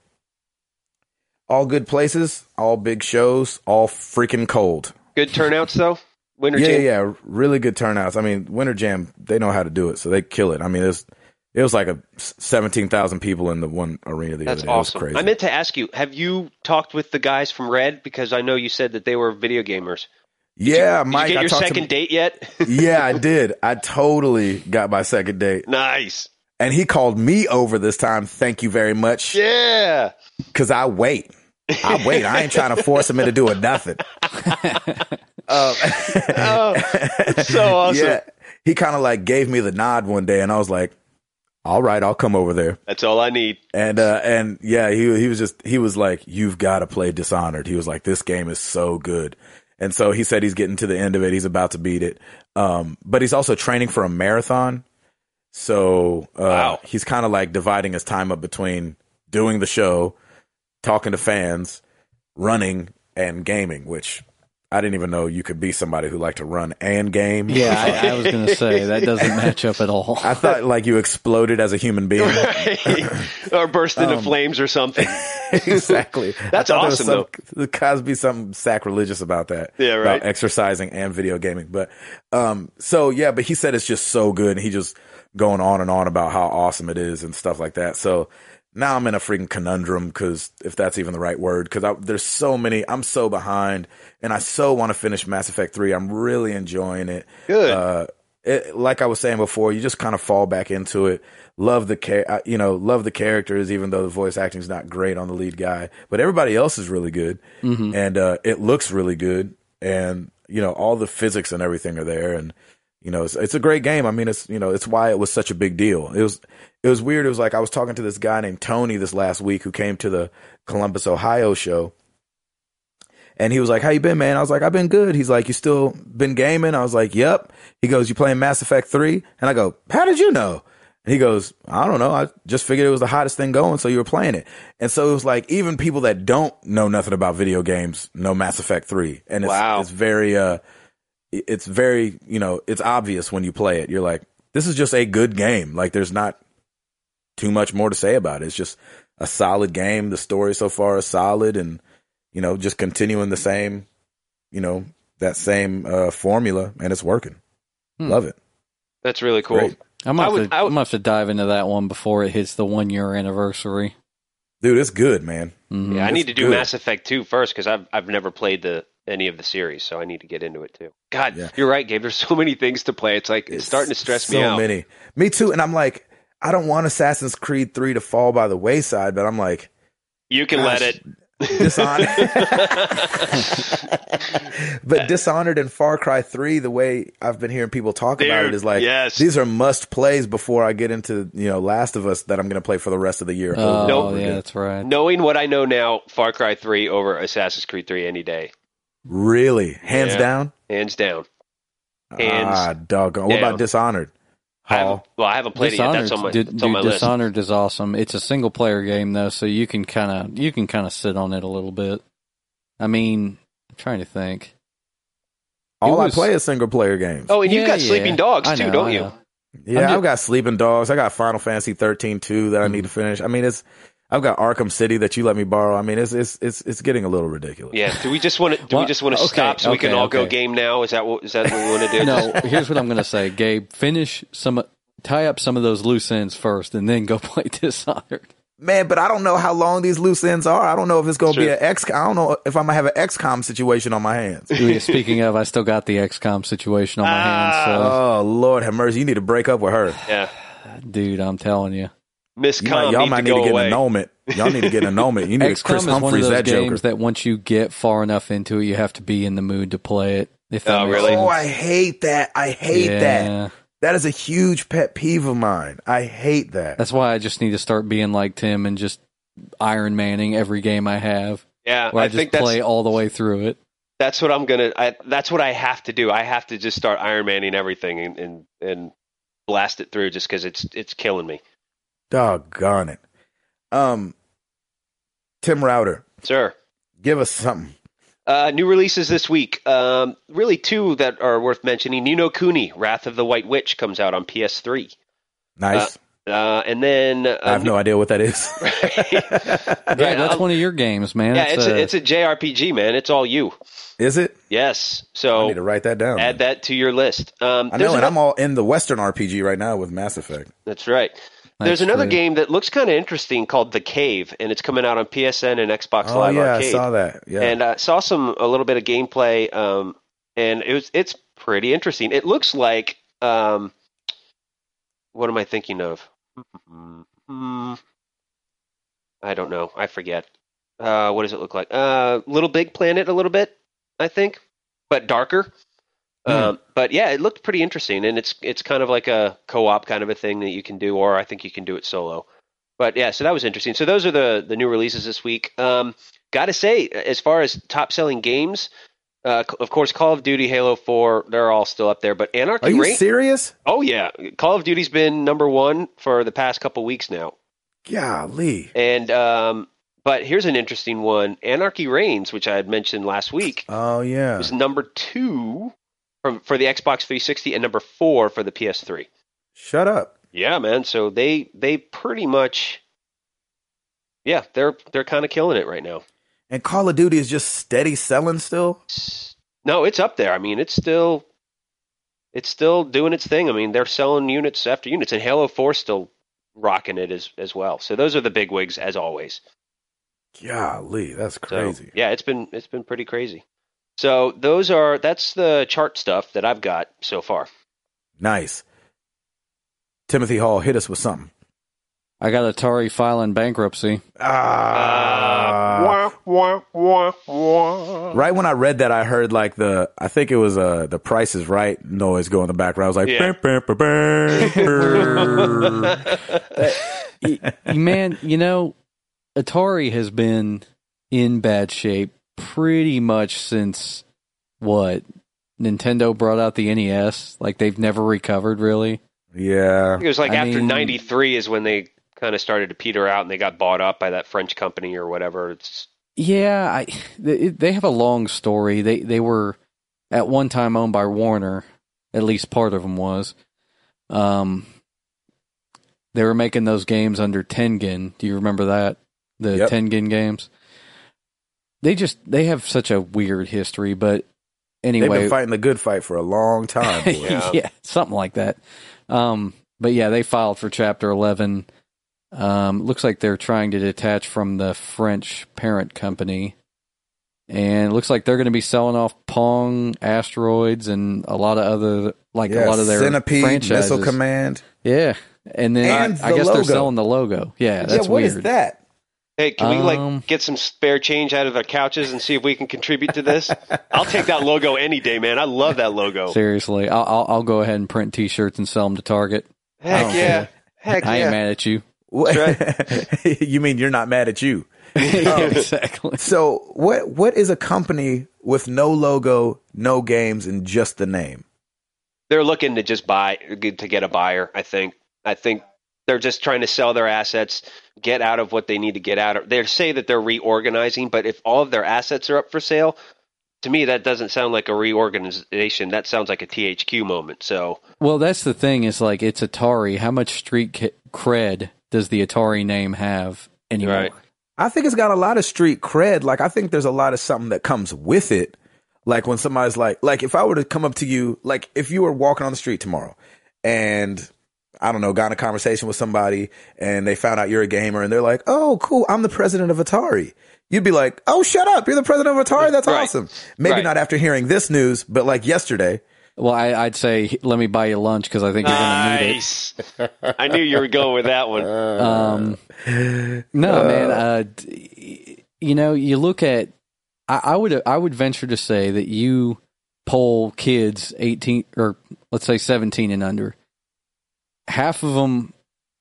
[SPEAKER 1] all good places, all big shows, all freaking cold.
[SPEAKER 2] Good turnouts though. Winter
[SPEAKER 1] yeah,
[SPEAKER 2] jam.
[SPEAKER 1] yeah, yeah, really good turnouts. I mean, Winter Jam, they know how to do it, so they kill it. I mean, it's it was like a seventeen thousand people in the one arena the
[SPEAKER 2] That's
[SPEAKER 1] other day.
[SPEAKER 2] awesome.
[SPEAKER 1] It was
[SPEAKER 2] I
[SPEAKER 1] crazy.
[SPEAKER 2] meant to ask you, have you talked with the guys from Red? Because I know you said that they were video gamers.
[SPEAKER 1] yeah,
[SPEAKER 2] Did
[SPEAKER 1] Mike,
[SPEAKER 2] you get
[SPEAKER 1] I
[SPEAKER 2] your
[SPEAKER 1] talked
[SPEAKER 2] second
[SPEAKER 1] to.
[SPEAKER 2] date yet?
[SPEAKER 1] yeah, I did. I totally got my second date.
[SPEAKER 2] (laughs) nice.
[SPEAKER 1] And he called me over this time. Thank you very much.
[SPEAKER 2] Yeah.
[SPEAKER 1] Cause I wait. I wait. I ain't trying to force him into doing nothing. Um, (laughs)
[SPEAKER 2] Oh, that's so awesome.
[SPEAKER 1] He kind of like gave me the nod one day and I was like, all right, I'll come over there.
[SPEAKER 2] That's all I need. (laughs)
[SPEAKER 1] And, uh, and yeah, he, he was just, he was like, you've got to play Dishonored. He was like, this game is so good. And so he said he's getting to the end of it. He's about to beat it. Um, but he's also training for a marathon. So uh,
[SPEAKER 2] Wow.
[SPEAKER 1] he's kind of like dividing his time up between doing the show, talking to fans, running, and gaming, which I didn't even know you could be somebody who liked to run and game.
[SPEAKER 3] Yeah, (laughs) I, I was gonna say that doesn't match up at all.
[SPEAKER 1] I thought like you exploded as a human being.
[SPEAKER 2] Right. or burst into
[SPEAKER 1] Um,
[SPEAKER 2] flames or something.
[SPEAKER 1] (laughs) exactly.
[SPEAKER 2] That's
[SPEAKER 1] I thought
[SPEAKER 2] awesome,
[SPEAKER 1] There was some, there has to be something sacrilegious about that.
[SPEAKER 2] Yeah, right.
[SPEAKER 1] About exercising and video gaming. But um, so yeah, but he said it's just so good, and he just going on and on about how awesome it is and stuff like that. So now I'm in a freaking conundrum because if that's even the right word, because there's so many. I'm so behind, and I so want to finish Mass Effect Three. I'm really enjoying it.
[SPEAKER 2] Good.
[SPEAKER 1] Uh, it, like I was saying before, you just kind of fall back into it. Love the char- you know, love the characters, even though the voice acting's not great on the lead guy, but everybody else is really good, and uh, it looks really good, and you know, all the physics and everything are there, and you know, it's, it's a great game. I mean, it's you know, it's why it was such a big deal. It was it was weird. It was like I was talking to this guy named Tony this last week who came to the Columbus, Ohio show. And he was like, "How you been, man?" I was like, "I've been good." He's like, "You still been gaming?" I was like, "Yep." He goes, "You playing Mass Effect 3? And I go, "How did you know?" And he goes, "I don't know. I just figured it was the hottest thing going, so you were playing it." And so it was like even people that don't know nothing about video games know Mass Effect 3, and it's,
[SPEAKER 2] Wow.
[SPEAKER 1] it's very uh, it- it's very you know it's obvious when you play it. You're like, this is just a good game. Like there's not too much more to say about it. It's just a solid game. The story so far is solid, and you know, just continuing the same, you know, that same uh, formula, and it's working.
[SPEAKER 3] Hmm.
[SPEAKER 1] Love it.
[SPEAKER 2] That's really cool.
[SPEAKER 1] Great.
[SPEAKER 3] I'm gonna,
[SPEAKER 2] I
[SPEAKER 3] have
[SPEAKER 2] would-
[SPEAKER 3] to,
[SPEAKER 2] I would-
[SPEAKER 3] I'm gonna have to dive into that one before it hits the one year anniversary.
[SPEAKER 1] Dude, it's good, man.
[SPEAKER 3] Mhm.
[SPEAKER 2] Yeah, I need
[SPEAKER 1] Mm,
[SPEAKER 2] to
[SPEAKER 1] That's
[SPEAKER 2] do
[SPEAKER 1] good.
[SPEAKER 2] Mass Effect 2 first because I've I've never played the any of the series, so I need to get into it too. God,
[SPEAKER 1] Yeah.
[SPEAKER 2] you're right, Gabe. There's so many things to play. It's like it's, starting to stress
[SPEAKER 1] so
[SPEAKER 2] me out.
[SPEAKER 1] many. Me too. And I'm like, I don't want Assassin's Creed 3 to fall by the wayside, but I'm
[SPEAKER 2] (laughs)
[SPEAKER 1] like,
[SPEAKER 2] You can let
[SPEAKER 1] Gosh,
[SPEAKER 2] it.
[SPEAKER 1] Dishonored.
[SPEAKER 2] (laughs)
[SPEAKER 1] (laughs) but Dishonored and Far Cry 3, the way I've been hearing people talk about
[SPEAKER 2] Dude,
[SPEAKER 1] it is like,
[SPEAKER 2] yes.
[SPEAKER 1] these are must plays before I get into, you know, Last of Us that I'm going to play for the rest of the year. over
[SPEAKER 3] Oh
[SPEAKER 1] and
[SPEAKER 2] Nope.
[SPEAKER 1] over
[SPEAKER 3] yeah,
[SPEAKER 1] again.
[SPEAKER 3] that's right.
[SPEAKER 2] Knowing what I know now, Far Cry 3 over Assassin's Creed 3 any day,
[SPEAKER 1] Really? Hands
[SPEAKER 2] Yeah.
[SPEAKER 1] down?
[SPEAKER 2] hands down. Hands
[SPEAKER 1] ah, doggone. What
[SPEAKER 2] down.
[SPEAKER 1] about Dishonored?
[SPEAKER 2] I
[SPEAKER 1] Hall?
[SPEAKER 2] haven't, well, I haven't played it yet. That's on my,
[SPEAKER 3] dude,
[SPEAKER 2] that's on my
[SPEAKER 3] dude,
[SPEAKER 2] list.
[SPEAKER 3] Dishonored is awesome. It's a single player game though, so you can kind of you can kind of sit on it a little bit. I mean, I'm trying to think.
[SPEAKER 1] All
[SPEAKER 3] It was-
[SPEAKER 1] I play is single player games.
[SPEAKER 2] Oh, and you've
[SPEAKER 3] Yeah,
[SPEAKER 2] got
[SPEAKER 3] yeah.
[SPEAKER 2] Sleeping Dogs
[SPEAKER 3] I
[SPEAKER 2] too,
[SPEAKER 3] know,
[SPEAKER 2] don't
[SPEAKER 3] I
[SPEAKER 2] you?
[SPEAKER 3] know.
[SPEAKER 1] yeah,
[SPEAKER 3] I'm ju-
[SPEAKER 1] I've got Sleeping Dogs. I got Final Fantasy 13 too that I
[SPEAKER 2] Mm-hmm.
[SPEAKER 1] need to finish. I mean, it's I've got Arkham City that you let me borrow. I mean, it's it's it's it's getting a little ridiculous.
[SPEAKER 2] Yeah. Do we just want to? Do we
[SPEAKER 3] Well,
[SPEAKER 2] just want to
[SPEAKER 3] okay,
[SPEAKER 2] stop so we can
[SPEAKER 3] okay,
[SPEAKER 2] all go
[SPEAKER 3] okay.
[SPEAKER 2] game now? Is that what? Is that what we want to do?
[SPEAKER 3] No, here's what I'm gonna say, Gabe. Finish some, tie up some of those loose ends first, and then go (laughs) play Dishonored.
[SPEAKER 1] Man, but I don't know how long these loose ends are. I don't know if it's going to be
[SPEAKER 2] True.
[SPEAKER 1] an X. I don't know if I'm gonna have an XCOM situation on my hands.
[SPEAKER 3] Yeah, Speaking of, I still got the XCOM situation on my hands,
[SPEAKER 2] Uh-huh.
[SPEAKER 1] oh Lord, have mercy! You need to break up with her.
[SPEAKER 2] Yeah.
[SPEAKER 3] so dude, I'm telling you,
[SPEAKER 2] Miss
[SPEAKER 1] You might,
[SPEAKER 2] Com
[SPEAKER 1] y'all
[SPEAKER 2] need
[SPEAKER 1] might
[SPEAKER 2] to
[SPEAKER 1] need to
[SPEAKER 2] go
[SPEAKER 1] get
[SPEAKER 2] away.
[SPEAKER 1] an annulment. Y'all need to get an annulment.
[SPEAKER 3] (laughs)
[SPEAKER 1] You need to
[SPEAKER 3] XCOM
[SPEAKER 1] Chris
[SPEAKER 3] is one of
[SPEAKER 1] Humphreys
[SPEAKER 3] those
[SPEAKER 1] that Joker.
[SPEAKER 3] games that once you get far enough into it, you have to be in the mood to play it. If that
[SPEAKER 2] Oh,
[SPEAKER 3] makes
[SPEAKER 2] really?
[SPEAKER 3] sense.
[SPEAKER 1] Oh, I hate that. I hate that.
[SPEAKER 3] Yeah.
[SPEAKER 1] That is a huge pet peeve of mine. I hate that.
[SPEAKER 3] That's why I just need to start being like Tim and just Iron Manning every game I have,
[SPEAKER 2] Yeah,
[SPEAKER 3] where I,
[SPEAKER 2] I,
[SPEAKER 3] just
[SPEAKER 2] think that's
[SPEAKER 3] play all the way through it.
[SPEAKER 2] that's what I'm gonna. I, that's what I have to do. I have to just start Iron Manning everything and and, and blast it through just because it's it's killing me,
[SPEAKER 1] Doggone it. Um, Tim Router,
[SPEAKER 2] sir.
[SPEAKER 1] give us something.
[SPEAKER 2] Uh, new releases this week. Um, really, two that are worth mentioning. Nino Cooney, Wrath of the White Witch, comes out on PS3.
[SPEAKER 1] Nice.
[SPEAKER 2] Uh, and then uh,
[SPEAKER 1] I have no idea what that
[SPEAKER 2] (laughs)
[SPEAKER 1] is.
[SPEAKER 3] Yeah, that's
[SPEAKER 2] I'll-
[SPEAKER 3] one of your games, man.
[SPEAKER 2] yeah, it's a,
[SPEAKER 3] a-
[SPEAKER 2] it's a JRPG, man. It's all you.
[SPEAKER 1] is it?
[SPEAKER 2] Yes.
[SPEAKER 1] I
[SPEAKER 2] So
[SPEAKER 1] need to write that down.
[SPEAKER 2] Oh, add that to your list. Um,
[SPEAKER 1] I
[SPEAKER 2] there's
[SPEAKER 1] know, and
[SPEAKER 2] ano-
[SPEAKER 1] I'm all in the Western RPG right now with Mass Effect.
[SPEAKER 2] That's right. There's
[SPEAKER 3] That's
[SPEAKER 2] another
[SPEAKER 3] true.
[SPEAKER 2] game that looks kind of interesting called The Cave, and it's coming out on PSN and Xbox
[SPEAKER 1] Oh
[SPEAKER 2] Live
[SPEAKER 1] yeah,
[SPEAKER 2] Arcade.
[SPEAKER 1] I saw that. Yeah,
[SPEAKER 2] And I saw some a little bit of gameplay, um, and it was it's pretty interesting. It looks like um, what am I thinking of? Hmm. I don't know. I forget. Uh, what does it look like? Uh, Little Big Planet, a little bit, I think, but darker.
[SPEAKER 1] Hmm.
[SPEAKER 2] Um, but yeah, it looked pretty interesting, and it's it's kind of like a co-op kind of a thing that you can do, or I think you can do it solo. But yeah, so that was interesting. So those are the the new releases this week. Um, gotta say, as far as top selling games, uh, c- of course, Call of Duty, Halo Four, they're all still up there. But Anarchy
[SPEAKER 1] are you
[SPEAKER 2] Reign-
[SPEAKER 1] serious?
[SPEAKER 2] oh yeah, Call of Duty's been number one for the past couple weeks now,
[SPEAKER 1] Golly,
[SPEAKER 2] and um, But here's an interesting one: Anarchy Reigns, which I had mentioned last week,
[SPEAKER 1] Oh yeah.
[SPEAKER 2] was number two from for the Xbox 360 and number four for the PS3.
[SPEAKER 1] Shut up.
[SPEAKER 2] Yeah, man. So they they pretty much, yeah, they're they're kind of killing it right now.
[SPEAKER 1] And Call of Duty is just steady selling still.
[SPEAKER 2] It's- No, it's up there. I mean, it's still it's still doing its thing. I mean, they're selling units after units, and Halo Four still rocking it as as well. So those are the big wigs as always.
[SPEAKER 1] Golly, that's
[SPEAKER 2] So,
[SPEAKER 1] crazy.
[SPEAKER 2] yeah, it's been it's been pretty crazy. So those are that's the chart stuff that I've got so far. (laughs)
[SPEAKER 1] Nice. Timothy Hall hit us with something.
[SPEAKER 3] I got Atari filing bankruptcy.
[SPEAKER 1] Ah. Right when I read that, I heard like the I think it was uh the Price is Right noise go in the background. I was like,
[SPEAKER 2] Yeah.
[SPEAKER 1] "Bam, bam, bam, bam, bam." (laughs)
[SPEAKER 3] Y- Man, (laughs) you know, Atari has been in bad shape pretty much since what? Nintendo brought out the NES. Like they've never recovered really.
[SPEAKER 1] yeah,
[SPEAKER 2] it was like
[SPEAKER 3] I
[SPEAKER 2] after
[SPEAKER 3] mean-
[SPEAKER 2] '93 is when they kind of started to peter out, and they got bought up by that French company or whatever. It's
[SPEAKER 3] Yeah, I they, they have a long story. They they were at one time owned by Warner, at least part of them was. Um, they were making those games under Tengen. Do you remember that? The
[SPEAKER 1] Yep.
[SPEAKER 3] Tengen games. They just they have such a weird history, but anyway,
[SPEAKER 1] they've been fighting the good fight for a long
[SPEAKER 3] (laughs)
[SPEAKER 1] time. boy.
[SPEAKER 2] Yeah.
[SPEAKER 3] yeah, something like that. Um, but yeah, they filed for Chapter 11. Um, looks like they're trying to detach from the French parent company. And it looks like they're going to be selling off Pong, Asteroids, and a lot of other, like
[SPEAKER 1] Yeah,
[SPEAKER 3] a lot of their
[SPEAKER 1] centipede
[SPEAKER 3] franchises.
[SPEAKER 1] missile command.
[SPEAKER 3] Yeah. And then
[SPEAKER 1] And
[SPEAKER 3] I, I
[SPEAKER 1] the
[SPEAKER 3] guess
[SPEAKER 1] logo.
[SPEAKER 3] they're selling the logo. Yeah, that's
[SPEAKER 1] yeah, what
[SPEAKER 3] weird.
[SPEAKER 1] is that?
[SPEAKER 2] hey, can we
[SPEAKER 3] Um,
[SPEAKER 2] like get some spare change out of our couches and see if we can contribute to this? I'll take that logo any day, man. I love that
[SPEAKER 3] (laughs)
[SPEAKER 2] logo.
[SPEAKER 3] Seriously, I'll, I'll, I'll go ahead and print T-shirts and sell them to Target.
[SPEAKER 2] Heck
[SPEAKER 3] don't
[SPEAKER 2] yeah,
[SPEAKER 3] care.
[SPEAKER 2] heck
[SPEAKER 3] I ain't
[SPEAKER 2] yeah.
[SPEAKER 1] (laughs)
[SPEAKER 3] mad at you.
[SPEAKER 1] you mean you're not mad at you?
[SPEAKER 3] Yeah,
[SPEAKER 1] Oh.
[SPEAKER 3] (laughs) exactly.
[SPEAKER 1] So what what is a company with no logo, no games, and just the name?
[SPEAKER 2] They're looking to just buy get- to get a buyer. I think. I think they're just trying to sell their assets, get out of what they need to get out of. They say that they're reorganizing, but if all of their assets are up for sale, to me that doesn't sound like a reorganization. That sounds like a THQ moment. So
[SPEAKER 3] Well, that's the thing is like it's Atari. How much street c- cred does the Atari name have anymore?
[SPEAKER 2] Right.
[SPEAKER 1] I think it's got a lot of street cred. Like I think there's a lot of something that comes with it. Like when somebody's like, like if I were to come up to you, like if you were walking on the street tomorrow, and I don't know, got in a conversation with somebody, and they found out you're a gamer, and they're like, oh, cool, I'm the president of Atari. You'd be like, oh, shut up, you're the president of Atari. That's
[SPEAKER 2] Right.
[SPEAKER 1] awesome. Maybe
[SPEAKER 2] Right.
[SPEAKER 1] not after hearing this news, but like yesterday.
[SPEAKER 3] Well, I, I'd say let me buy you lunch because I think you're going to need it.
[SPEAKER 2] nice. I knew you were going with that
[SPEAKER 3] (laughs)
[SPEAKER 2] one.
[SPEAKER 3] Um, no, man. Uh, d- you know, you look at. I, I would I would venture to say that you poll kids eighteen or let's say seventeen and under. Half of them,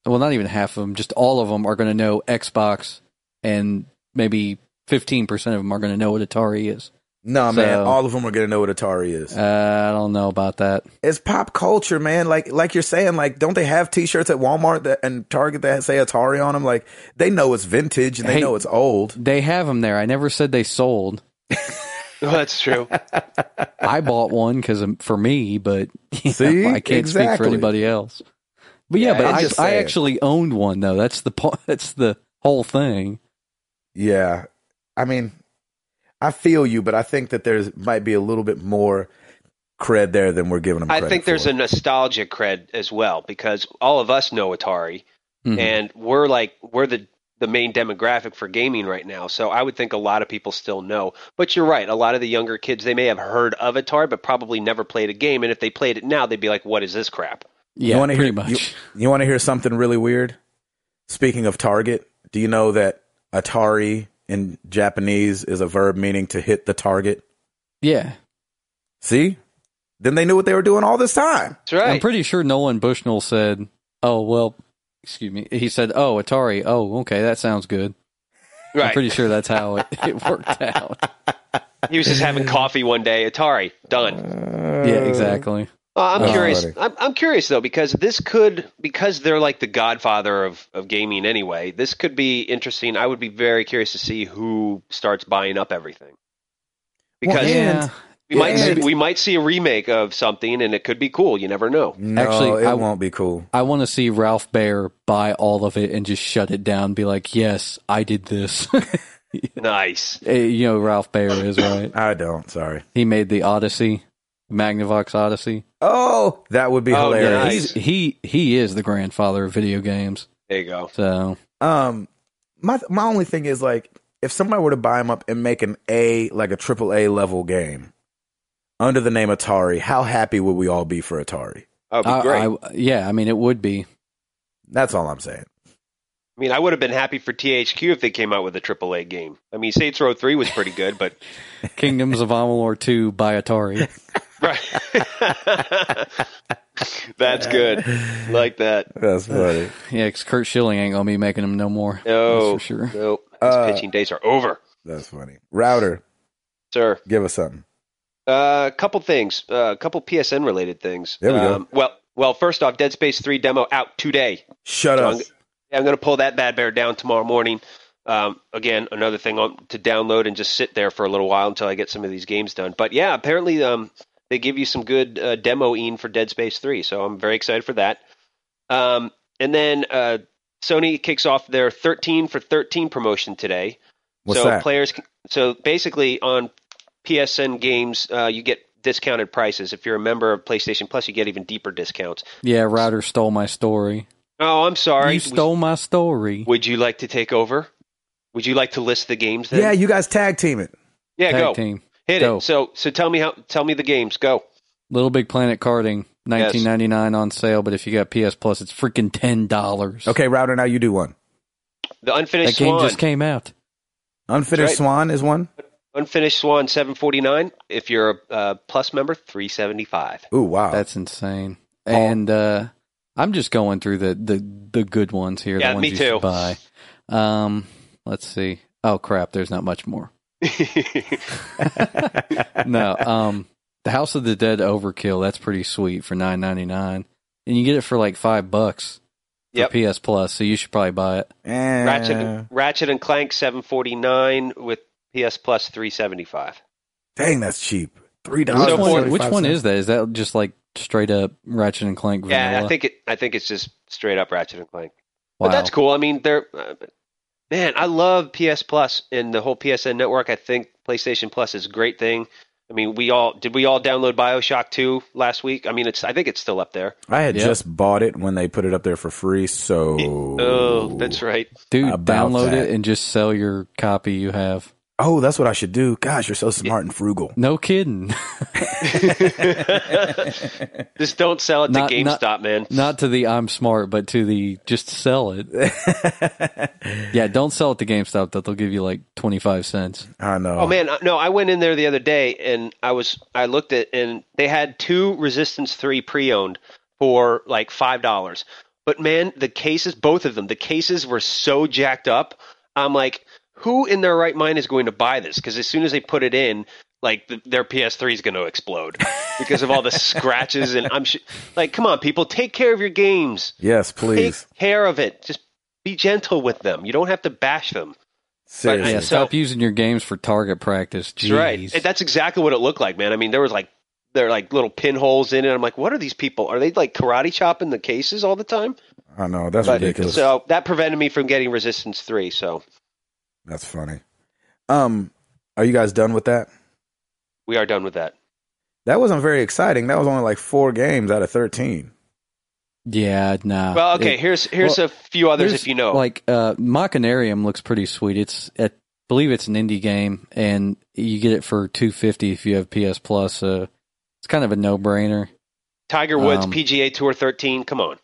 [SPEAKER 3] well, not even half of them, just all of them are going to know Xbox, and maybe fifteen percent of them are going to know what Atari is.
[SPEAKER 1] No,
[SPEAKER 3] So-
[SPEAKER 1] man, all of them are gonna know what Atari is.
[SPEAKER 3] Uh, I don't know about that.
[SPEAKER 1] it's pop culture, man. Like like you're saying, like don't they have T-shirts at Walmart that and Target that say Atari on them? Like they know it's vintage and they
[SPEAKER 3] Hey.
[SPEAKER 1] know it's old.
[SPEAKER 3] They have them there. I never said they sold.
[SPEAKER 2] that's true.
[SPEAKER 3] I bought one because for me, but (laughs) you know,
[SPEAKER 1] See?
[SPEAKER 3] I can't speak for
[SPEAKER 1] Exactly.
[SPEAKER 3] anybody else. But yeah,
[SPEAKER 2] Yeah,
[SPEAKER 1] I'm
[SPEAKER 3] but
[SPEAKER 1] just
[SPEAKER 3] I, I
[SPEAKER 1] saying.
[SPEAKER 3] actually owned one though. That's the po- (laughs) that's the whole thing.
[SPEAKER 1] Yeah, I mean, I feel you, but I think that there's might be a little bit more cred there than we're giving them.
[SPEAKER 2] I
[SPEAKER 1] credit
[SPEAKER 2] think there's
[SPEAKER 1] for.
[SPEAKER 2] a nostalgia cred as well because all of us know Atari
[SPEAKER 3] Mhm.
[SPEAKER 2] and we're like we're the the main demographic for gaming right now. So I would think a lot of people still know. But you're right, a lot of the younger kids they may have heard of Atari but probably never played a game and if they played it now they'd be like what is this crap?
[SPEAKER 3] yeah,
[SPEAKER 1] wanna hear-
[SPEAKER 3] pretty much.
[SPEAKER 1] You want to hear something really weird? Speaking of Target, do you know that Atari in Japanese is a verb meaning to hit the target?
[SPEAKER 3] yeah,
[SPEAKER 1] See, then they knew what they were doing all this time.
[SPEAKER 2] That's right.
[SPEAKER 3] I'm pretty sure Nolan Bushnell said, "Oh well, excuse me." He said, "Oh Atari. Oh okay, that sounds good." I'm
[SPEAKER 2] right.
[SPEAKER 3] pretty sure that's how it, it worked out.
[SPEAKER 1] (laughs)
[SPEAKER 2] he was just having coffee one day, Atari, done.
[SPEAKER 3] yeah, exactly.
[SPEAKER 2] Uh, I'm
[SPEAKER 1] That's
[SPEAKER 2] curious.
[SPEAKER 1] funny.
[SPEAKER 2] I'm, I'm curious though because this could because they're like the godfather of, of gaming anyway. This could be interesting. I would be very curious to see who starts buying up everything because
[SPEAKER 1] Well, and-
[SPEAKER 3] yeah.
[SPEAKER 2] we might see,
[SPEAKER 1] maybe-
[SPEAKER 2] we might see a remake of something and it could be cool. You never know.
[SPEAKER 1] No,
[SPEAKER 3] Actually,
[SPEAKER 1] it
[SPEAKER 3] I-
[SPEAKER 1] won't be cool.
[SPEAKER 3] I want to see Ralph Baer buy all of it and just shut it down. Be like, yes, I did this. (laughs)
[SPEAKER 2] Nice.
[SPEAKER 3] Eh, you know, Ralph Baer is right.
[SPEAKER 1] I don't. Sorry.
[SPEAKER 3] He made the Odyssey, Magnavox Odyssey.
[SPEAKER 1] Oh, that would be
[SPEAKER 2] Oh, yeah,
[SPEAKER 1] hilarious.
[SPEAKER 2] nice.
[SPEAKER 3] He's, he he is the grandfather of video games.
[SPEAKER 2] There you go.
[SPEAKER 3] So
[SPEAKER 1] Um, my my only thing is like if somebody were to buy him up and make an A like a triple A level game under the name Atari, how happy would we all be for Atari?
[SPEAKER 2] That would be
[SPEAKER 3] I,
[SPEAKER 2] great. I,
[SPEAKER 3] I- yeah, I mean it would be.
[SPEAKER 1] That's all I'm saying.
[SPEAKER 2] mean, I would have been happy for THQ if they came out with a AAA game. I mean, Saints Row Three was pretty good, but (laughs)
[SPEAKER 3] Kingdoms of Amalur (laughs) 2 by Atari.
[SPEAKER 2] right. (laughs) That's good. Like that.
[SPEAKER 1] (laughs) That's funny.
[SPEAKER 3] Yeah, 'cause Kurt Schilling ain't gonna be making them no more.
[SPEAKER 2] No,
[SPEAKER 3] That's for sure.
[SPEAKER 2] no. His
[SPEAKER 1] Uh,
[SPEAKER 2] pitching days are over,
[SPEAKER 1] That's funny. Router,
[SPEAKER 2] sir.
[SPEAKER 1] give us something.
[SPEAKER 2] A couple things. A couple PSN related things. Um,
[SPEAKER 1] There we go.
[SPEAKER 2] Well, well. First off, Dead Space Three demo out today.
[SPEAKER 1] Shut
[SPEAKER 2] So
[SPEAKER 1] up.
[SPEAKER 2] I'm, I'm going to pull that bad bear down tomorrow morning. Um, again, another thing on, to download and just sit there for a little while until I get some of these games done. But yeah, apparently um, they give you some good uh, demoing for Dead Space 3, so I'm very excited for that. Um, and then uh, Sony kicks off their 13 for 13 promotion today.
[SPEAKER 1] What's
[SPEAKER 2] so
[SPEAKER 1] that?
[SPEAKER 2] players, can- so basically on PSN games, uh, you get discounted prices. If you're a member of PlayStation Plus, you get even deeper discounts.
[SPEAKER 3] Yeah, Router stole my story.
[SPEAKER 2] Oh, I'm sorry.
[SPEAKER 3] you
[SPEAKER 2] We-
[SPEAKER 3] stole my story.
[SPEAKER 2] would you like to take over? Would you like to list the games? Then?
[SPEAKER 1] yeah, you guys tag team it.
[SPEAKER 2] yeah,
[SPEAKER 3] Tag
[SPEAKER 2] go
[SPEAKER 3] team.
[SPEAKER 2] hit
[SPEAKER 3] Go.
[SPEAKER 2] it. So, so tell me how. Tell me the games. Go.
[SPEAKER 3] Little Big Planet Karting, nineteen ninety nine on sale, but if you got PS Plus it's freaking ten dollars.
[SPEAKER 1] Okay, Router, now you do one.
[SPEAKER 2] The
[SPEAKER 3] That
[SPEAKER 2] unfinished
[SPEAKER 3] game
[SPEAKER 2] swan.
[SPEAKER 3] just came out.
[SPEAKER 1] Unfinished
[SPEAKER 2] right.
[SPEAKER 1] Swan is one.
[SPEAKER 2] unfinished swan. Seven forty nine. If you're a uh, plus member, three seventy five. (laughs)
[SPEAKER 1] Ooh, wow.
[SPEAKER 3] That's insane. And uh, I'm just going through the, the, the good ones here.
[SPEAKER 2] Yeah,
[SPEAKER 3] the ones
[SPEAKER 2] me
[SPEAKER 3] you
[SPEAKER 2] too.
[SPEAKER 3] should buy. Um, let's see. Oh crap, there's not much more.
[SPEAKER 2] (laughs)
[SPEAKER 3] no, um, the House of the Dead Overkill. That's pretty sweet for nine ninety nine, and you get it for like five bucks for
[SPEAKER 2] Yep.
[SPEAKER 3] PS Plus. So you should probably buy it.
[SPEAKER 1] Eh,
[SPEAKER 2] Ratchet,
[SPEAKER 3] Uh.
[SPEAKER 2] and, Ratchet and Clank seven forty nine with PS Plus three seventy five.
[SPEAKER 1] Dang, that's cheap. Three dollars.
[SPEAKER 3] Which
[SPEAKER 2] So
[SPEAKER 3] one, which one is that? Is that just like straight up Ratchet and Clank vanilla?
[SPEAKER 2] Yeah, I think it. I think it's just straight up Ratchet and Clank.
[SPEAKER 3] wow.
[SPEAKER 2] But that's cool. I mean, they're uh, man, I love PS Plus and the whole PSN network. I think PlayStation Plus is a great thing. I mean, we all did we all download BioShock 2 last week? I mean, it's I think it's still up there.
[SPEAKER 1] I had
[SPEAKER 3] Yep.
[SPEAKER 1] just bought it when they put it up there for free, so
[SPEAKER 2] Oh, that's right.
[SPEAKER 3] Dude,
[SPEAKER 1] About
[SPEAKER 3] download
[SPEAKER 1] that.
[SPEAKER 3] it and just sell your copy you have.
[SPEAKER 1] Oh, that's what I should do. Gosh, you're so smart and frugal.
[SPEAKER 3] No kidding.
[SPEAKER 2] Just don't sell it to
[SPEAKER 3] Not-
[SPEAKER 2] GameStop,
[SPEAKER 3] not-
[SPEAKER 2] man.
[SPEAKER 3] Not to the I'm smart, but to the just sell
[SPEAKER 2] (laughs)
[SPEAKER 3] it. Yeah, don't sell it to GameStop. That they'll give you like twenty five cents.
[SPEAKER 1] I know.
[SPEAKER 2] Oh man, uh, no, I went in there the other day and I was I looked at and they had two Resistance 3 pre-owned for like $5. But man, the cases both of them, the cases were so jacked up. I'm like, who in their right mind is going to buy this? Cuz as soon as they put it in, like th their PS3 is going to explode because of all the scratches and I'm sh- like, come on people, take care of your games.
[SPEAKER 1] Yes, please.
[SPEAKER 2] Take care of it. Just be gentle with them. You don't have to bash them.
[SPEAKER 1] Seriously.
[SPEAKER 3] Yeah,
[SPEAKER 2] So-
[SPEAKER 3] stop using your games for target practice. Jeez.
[SPEAKER 2] That's right. And That's exactly what it looked like, man. I mean, there was like there are like little pinholes in it. I'm like, what are these people? Are they like karate chopping the cases all the time?
[SPEAKER 1] I know. That's
[SPEAKER 2] But- uh,
[SPEAKER 1] ridiculous.
[SPEAKER 2] So that prevented me from getting Resistance Three. So
[SPEAKER 1] that's funny. Um, are you guys done with that?
[SPEAKER 2] we are done with that.
[SPEAKER 1] That wasn't very exciting. That was only like four games out of thirteen.
[SPEAKER 3] Yeah, nah.
[SPEAKER 2] Well, okay.
[SPEAKER 3] Uh, It-
[SPEAKER 2] here's here's
[SPEAKER 3] well,
[SPEAKER 2] a few others
[SPEAKER 3] there's,
[SPEAKER 2] if you know.
[SPEAKER 3] Like uh Machinarium looks pretty sweet. It's I believe it's an indie game and you get it for two fifty if you have PS Plus, so it's kind of a no brainer.
[SPEAKER 2] Tiger Woods
[SPEAKER 3] um,
[SPEAKER 2] PGA Tour 13. Come on.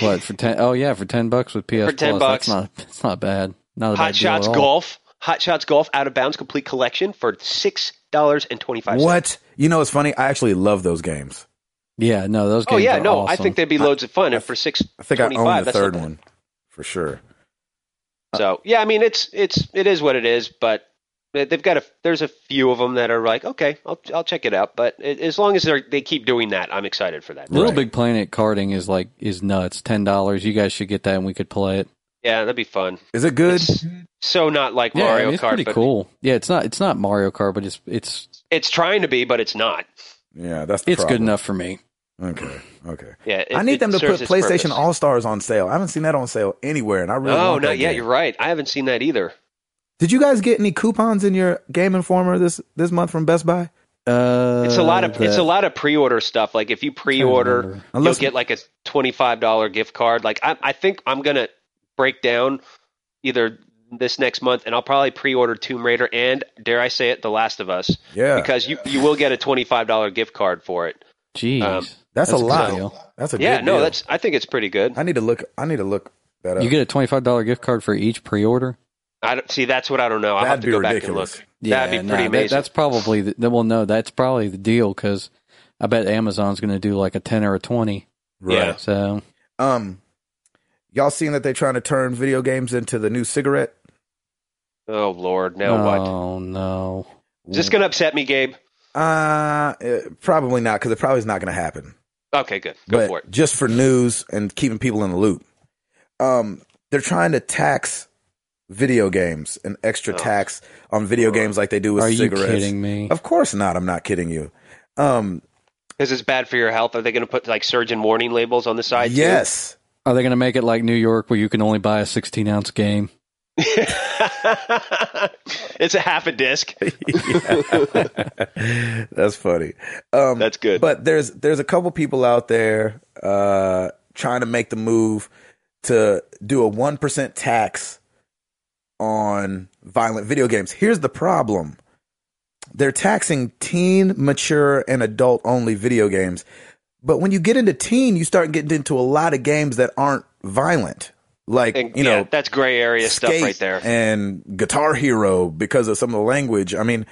[SPEAKER 3] What for ten oh yeah, for ten bucks with PS
[SPEAKER 2] For 10
[SPEAKER 3] Plus. That's
[SPEAKER 2] bucks.
[SPEAKER 3] not that's not bad. Not a bad
[SPEAKER 2] Hot
[SPEAKER 3] deal
[SPEAKER 2] Shots
[SPEAKER 3] at Oh, all.
[SPEAKER 2] Golf. Hot Shots Golf Out of Bounds Complete Collection for six dollars and twenty five.
[SPEAKER 1] What? You know, it's funny. I actually love those games.
[SPEAKER 3] Yeah, no, those
[SPEAKER 2] Oh
[SPEAKER 3] games
[SPEAKER 2] yeah,
[SPEAKER 3] are
[SPEAKER 2] no, I
[SPEAKER 3] awesome.
[SPEAKER 2] think they'd be loads of fun and for six.
[SPEAKER 1] I think I own
[SPEAKER 2] 25,
[SPEAKER 1] the
[SPEAKER 2] that's
[SPEAKER 1] third
[SPEAKER 2] not-
[SPEAKER 1] one for sure.
[SPEAKER 2] So yeah, I mean it's it's it is what it is, but They- They've got a there's a few of them that are like okay, I'll I'll check it out. But a- as long as they they keep doing that, I'm excited for that.
[SPEAKER 3] Little
[SPEAKER 1] Right.
[SPEAKER 3] Big Planet karting is like is nuts. Ten dollars. You guys should get that and we could play it.
[SPEAKER 2] Yeah, that'd be fun.
[SPEAKER 1] Is it good?
[SPEAKER 2] It's so not like
[SPEAKER 3] Yeah, I
[SPEAKER 2] Mario
[SPEAKER 3] mean, it's
[SPEAKER 2] Kart,
[SPEAKER 3] pretty
[SPEAKER 2] but
[SPEAKER 3] cool. Yeah, it's not it's not Mario Kart, but it's it's
[SPEAKER 2] it's trying to be, but it's not.
[SPEAKER 1] Yeah, that's the
[SPEAKER 3] it's good
[SPEAKER 1] problem.
[SPEAKER 3] enough for me.
[SPEAKER 1] Okay, okay.
[SPEAKER 2] Yeah, it-
[SPEAKER 1] I need
[SPEAKER 2] it
[SPEAKER 1] them to put
[SPEAKER 2] serves its
[SPEAKER 1] PlayStation
[SPEAKER 2] purpose. Oh,
[SPEAKER 1] All Stars on sale. I haven't seen that on sale anywhere, and I really
[SPEAKER 2] No,
[SPEAKER 1] want
[SPEAKER 2] not
[SPEAKER 1] that
[SPEAKER 2] yet.
[SPEAKER 1] game.
[SPEAKER 2] You're right. I haven't seen that either.
[SPEAKER 1] Did you guys get any coupons in your Game Informer this this month from Best Buy?
[SPEAKER 3] Uh,
[SPEAKER 2] It's a lot of it's
[SPEAKER 3] the-
[SPEAKER 2] a lot of pre-order stuff. Like if you pre-order,
[SPEAKER 3] remember.
[SPEAKER 2] you'll get like a twenty-five dollar gift card. Like I, I think I'm gonna break down either this next month, and I'll probably pre-order Tomb Raider and dare I say it, The Last of Us,
[SPEAKER 1] yeah,
[SPEAKER 2] because you you will get a twenty-five dollar gift card for it.
[SPEAKER 3] Jeez,
[SPEAKER 2] um,
[SPEAKER 1] that's,
[SPEAKER 3] that's
[SPEAKER 1] a
[SPEAKER 3] a
[SPEAKER 1] lot.
[SPEAKER 3] good deal.
[SPEAKER 1] That's a
[SPEAKER 2] yeah,
[SPEAKER 1] good
[SPEAKER 2] no,
[SPEAKER 1] deal.
[SPEAKER 2] that's I think it's pretty good.
[SPEAKER 1] I need to look. I need to look that up.
[SPEAKER 3] you get a twenty five dollar gift card for each pre order.
[SPEAKER 2] I don't, see that's what I don't know. I will have
[SPEAKER 1] That'd
[SPEAKER 2] to
[SPEAKER 1] be
[SPEAKER 2] go
[SPEAKER 1] ridiculous.
[SPEAKER 2] back and look. That'd be pretty amazing.
[SPEAKER 3] that's probably the, well, no, that's probably the deal because I bet Amazon's going to do like a ten or a twenty.
[SPEAKER 2] yeah.
[SPEAKER 3] So
[SPEAKER 1] Um, y'all seen that they're trying to turn video games into the new cigarette?
[SPEAKER 2] oh Lord, now what?
[SPEAKER 3] Oh no!
[SPEAKER 2] Is this gonna upset me, Gabe?
[SPEAKER 1] Uh, eh, probably not because it probably is not going to happen.
[SPEAKER 2] Okay, good. Go
[SPEAKER 1] but
[SPEAKER 2] for it.
[SPEAKER 1] Just for news and keeping people in the loop. Um, they're trying to tax video games, an extra
[SPEAKER 2] Oh.
[SPEAKER 1] tax on video games like they do with
[SPEAKER 3] Are you
[SPEAKER 1] cigarettes.
[SPEAKER 3] kidding me?
[SPEAKER 1] Of course not. I'm not kidding you. Um,
[SPEAKER 2] Because it's bad for your health. Are they going to put like surgeon warning labels on the side? too?
[SPEAKER 1] yes. (laughs)
[SPEAKER 3] Are they going to make it like New York where you can only buy a sixteen ounce game?
[SPEAKER 2] (laughs) it's a half
[SPEAKER 1] (laughs)
[SPEAKER 2] a disc.
[SPEAKER 1] That's funny. Um,
[SPEAKER 2] That's good.
[SPEAKER 1] But there's there's a couple people out there uh, trying to make the move to do a one percent tax on violent video games. Here's the problem: they're taxing teen, mature, and adult only video games. But when you get into teen, you start getting into a lot of games that aren't violent, like
[SPEAKER 2] And,
[SPEAKER 1] you
[SPEAKER 2] yeah,
[SPEAKER 1] know
[SPEAKER 2] that's gray area stuff
[SPEAKER 1] Skate
[SPEAKER 2] right there.
[SPEAKER 1] and Guitar Hero because of some of the language. I mean,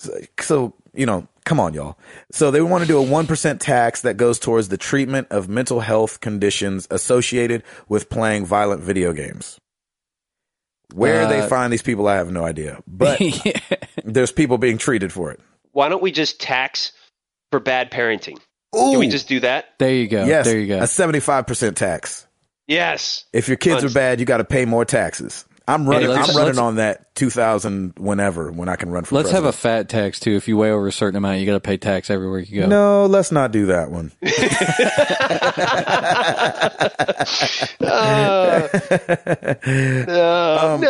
[SPEAKER 1] so, so, you know, come on, y'all. So they want to do a one percent tax that goes towards the treatment of mental health conditions associated with playing violent video games. Where they
[SPEAKER 3] Uh,
[SPEAKER 1] find these people, I have no idea.
[SPEAKER 3] (laughs)
[SPEAKER 1] But
[SPEAKER 3] Yeah.
[SPEAKER 1] there's people being treated for it.
[SPEAKER 2] Why don't we just tax for bad parenting?
[SPEAKER 1] Ooh,
[SPEAKER 2] Can we just do that?
[SPEAKER 3] there you go.
[SPEAKER 1] yes,
[SPEAKER 3] there you
[SPEAKER 1] a
[SPEAKER 3] go.
[SPEAKER 1] seventy-five percent tax.
[SPEAKER 2] Yes.
[SPEAKER 1] If your kids are
[SPEAKER 2] Honest-
[SPEAKER 1] bad, you got to pay more taxes. I'm running.
[SPEAKER 3] let's-
[SPEAKER 1] I'm running
[SPEAKER 3] let's-
[SPEAKER 1] on that 2000 whenever when I can run for.
[SPEAKER 3] Let's have
[SPEAKER 1] president.
[SPEAKER 3] a fat tax too. If you weigh over a certain amount, you got to pay tax everywhere you go.
[SPEAKER 1] No, let's not do that one.
[SPEAKER 2] (laughs) Uh, no, no, no,
[SPEAKER 1] Um,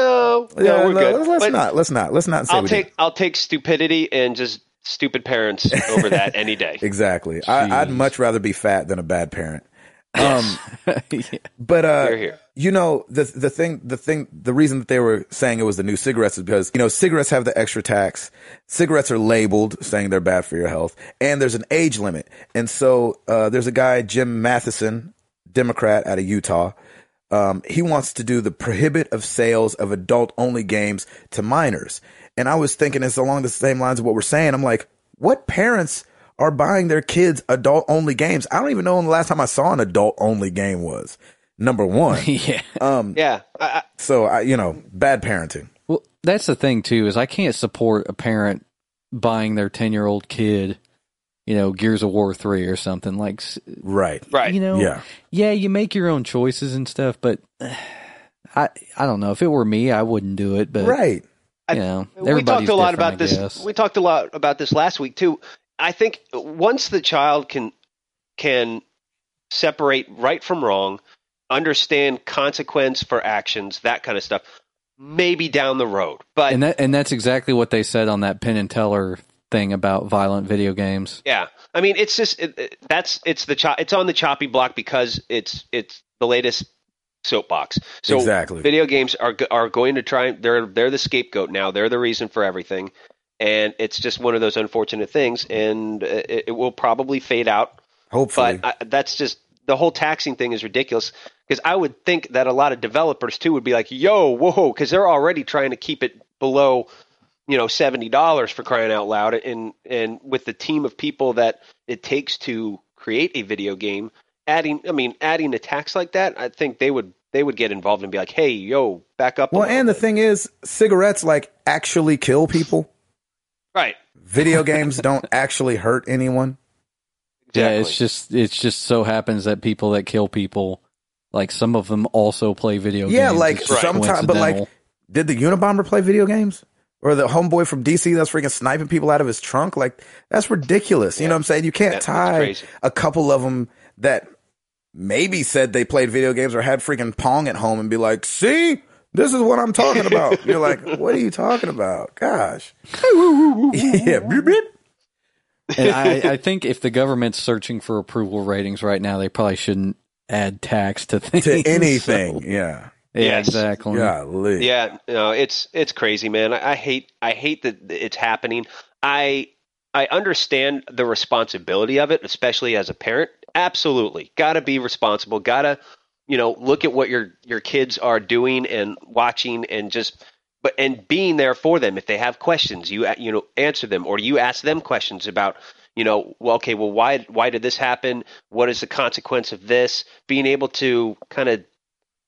[SPEAKER 1] Yeah, no,
[SPEAKER 2] we're good.
[SPEAKER 1] Let's, let's
[SPEAKER 2] But
[SPEAKER 1] not. Let's not. Let's not say
[SPEAKER 2] I'll
[SPEAKER 1] we
[SPEAKER 2] take
[SPEAKER 1] did.
[SPEAKER 2] I'll take stupidity and just stupid parents over that
[SPEAKER 1] (laughs)
[SPEAKER 2] any day.
[SPEAKER 1] exactly. I, I'd
[SPEAKER 3] Jeez.
[SPEAKER 1] much rather be fat than a bad
[SPEAKER 2] (laughs)
[SPEAKER 1] parent. Um,
[SPEAKER 2] Yes.
[SPEAKER 3] Yeah.
[SPEAKER 1] But uh,
[SPEAKER 2] You're here.
[SPEAKER 1] you know the the thing the thing the reason that they were saying it was the new cigarettes is because you know cigarettes have the extra tax. Cigarettes are labeled saying they're bad for your health, and there's an age limit. And so uh, there's a guy Jim Matheson, Democrat out of Utah. Um, he wants to do the prohibit of sales of adult only games to minors. And I was thinking it's along the same lines of what we're saying. I'm like, what parents are buying their kids adult only games? I don't even know when the last time I saw an adult only game was. Number
[SPEAKER 3] (laughs)
[SPEAKER 1] one.
[SPEAKER 3] (laughs) yeah.
[SPEAKER 1] Um,
[SPEAKER 2] Yeah. I, I,
[SPEAKER 1] so I, you know, bad parenting.
[SPEAKER 3] Well, that's the thing too is I can't support a parent buying their ten year old kid, you know, Gears of War three or something like. s-
[SPEAKER 1] Right.
[SPEAKER 2] right.
[SPEAKER 3] You know,
[SPEAKER 1] Yeah.
[SPEAKER 3] yeah, you make your own choices and stuff, but (sighs) I I don't know if it were me, I wouldn't do it. But
[SPEAKER 1] Right.
[SPEAKER 2] I-
[SPEAKER 3] you know,
[SPEAKER 2] we talked
[SPEAKER 3] everybody's
[SPEAKER 2] a lot
[SPEAKER 3] different, I
[SPEAKER 2] about this.
[SPEAKER 3] guess.
[SPEAKER 2] We talked a lot about this last week too. I think once the child can can separate right from wrong, understand consequence for actions, that kind of stuff, maybe down the road. But
[SPEAKER 3] and that and that's exactly what they said on that Penn and Teller thing about violent video games.
[SPEAKER 2] yeah, I mean, it's just it, it- that's it's the cho- it's on the choppy block because it's it's the latest soapbox. So
[SPEAKER 1] exactly.
[SPEAKER 2] video games are go- are going to try they're they're the scapegoat now they're the reason for everything and it's just one of those unfortunate things and uh, it, it will probably fade out
[SPEAKER 1] Hopefully.
[SPEAKER 2] but I, that's just the whole taxing thing is ridiculous because i would think that a lot of developers too would be like yo whoa because they're already trying to keep it below you know seventy dollars for crying out loud and and with the team of people that it takes to create a video game adding i mean adding a tax like that i think they would they would get involved and be like, "Hey, yo, back up." a
[SPEAKER 1] Well,
[SPEAKER 2] little
[SPEAKER 1] and the
[SPEAKER 2] bit.
[SPEAKER 1] thing is, cigarettes like actually kill people.
[SPEAKER 2] right,
[SPEAKER 1] Video games don't actually hurt anyone.
[SPEAKER 2] exactly.
[SPEAKER 3] Yeah, it's just it's just so happens that people that kill people, like some of them also play video games.
[SPEAKER 1] Yeah, like,
[SPEAKER 3] It's just
[SPEAKER 1] sometime- but, like, (laughs)
[SPEAKER 3] coincidental.
[SPEAKER 1] Did the Unabomber play video games? Or the homeboy from DC that's freaking sniping people out of his trunk? Like, that's ridiculous. You know what I'm saying? You can't
[SPEAKER 2] Yeah, it's
[SPEAKER 1] tie
[SPEAKER 2] crazy.
[SPEAKER 1] a couple of them that maybe said they played video games or had freaking Pong at home and be like, see, this is what I'm talking
[SPEAKER 2] (laughs)
[SPEAKER 1] about. You're like, what are you talking about? Gosh. yeah. beep, beep.
[SPEAKER 3] and I, I think if the government's searching for approval ratings right now, they probably shouldn't add tax to (laughs)
[SPEAKER 2] (laughs)
[SPEAKER 3] things.
[SPEAKER 1] To anything.
[SPEAKER 3] So-
[SPEAKER 1] yeah.
[SPEAKER 3] yeah,
[SPEAKER 2] Yes.
[SPEAKER 3] exactly.
[SPEAKER 1] Golly.
[SPEAKER 2] Yeah, no, it's it's crazy, man. I, I hate I hate that it's happening. I I understand the responsibility of it, especially as a parent. Absolutely, got to be responsible. Got to you know look at what your your kids are doing and watching, and just but and being there for them if they have questions. You a- you know answer them, or you ask them questions about you know well okay well why why did this happen? What is the consequence of this? Being able to kind of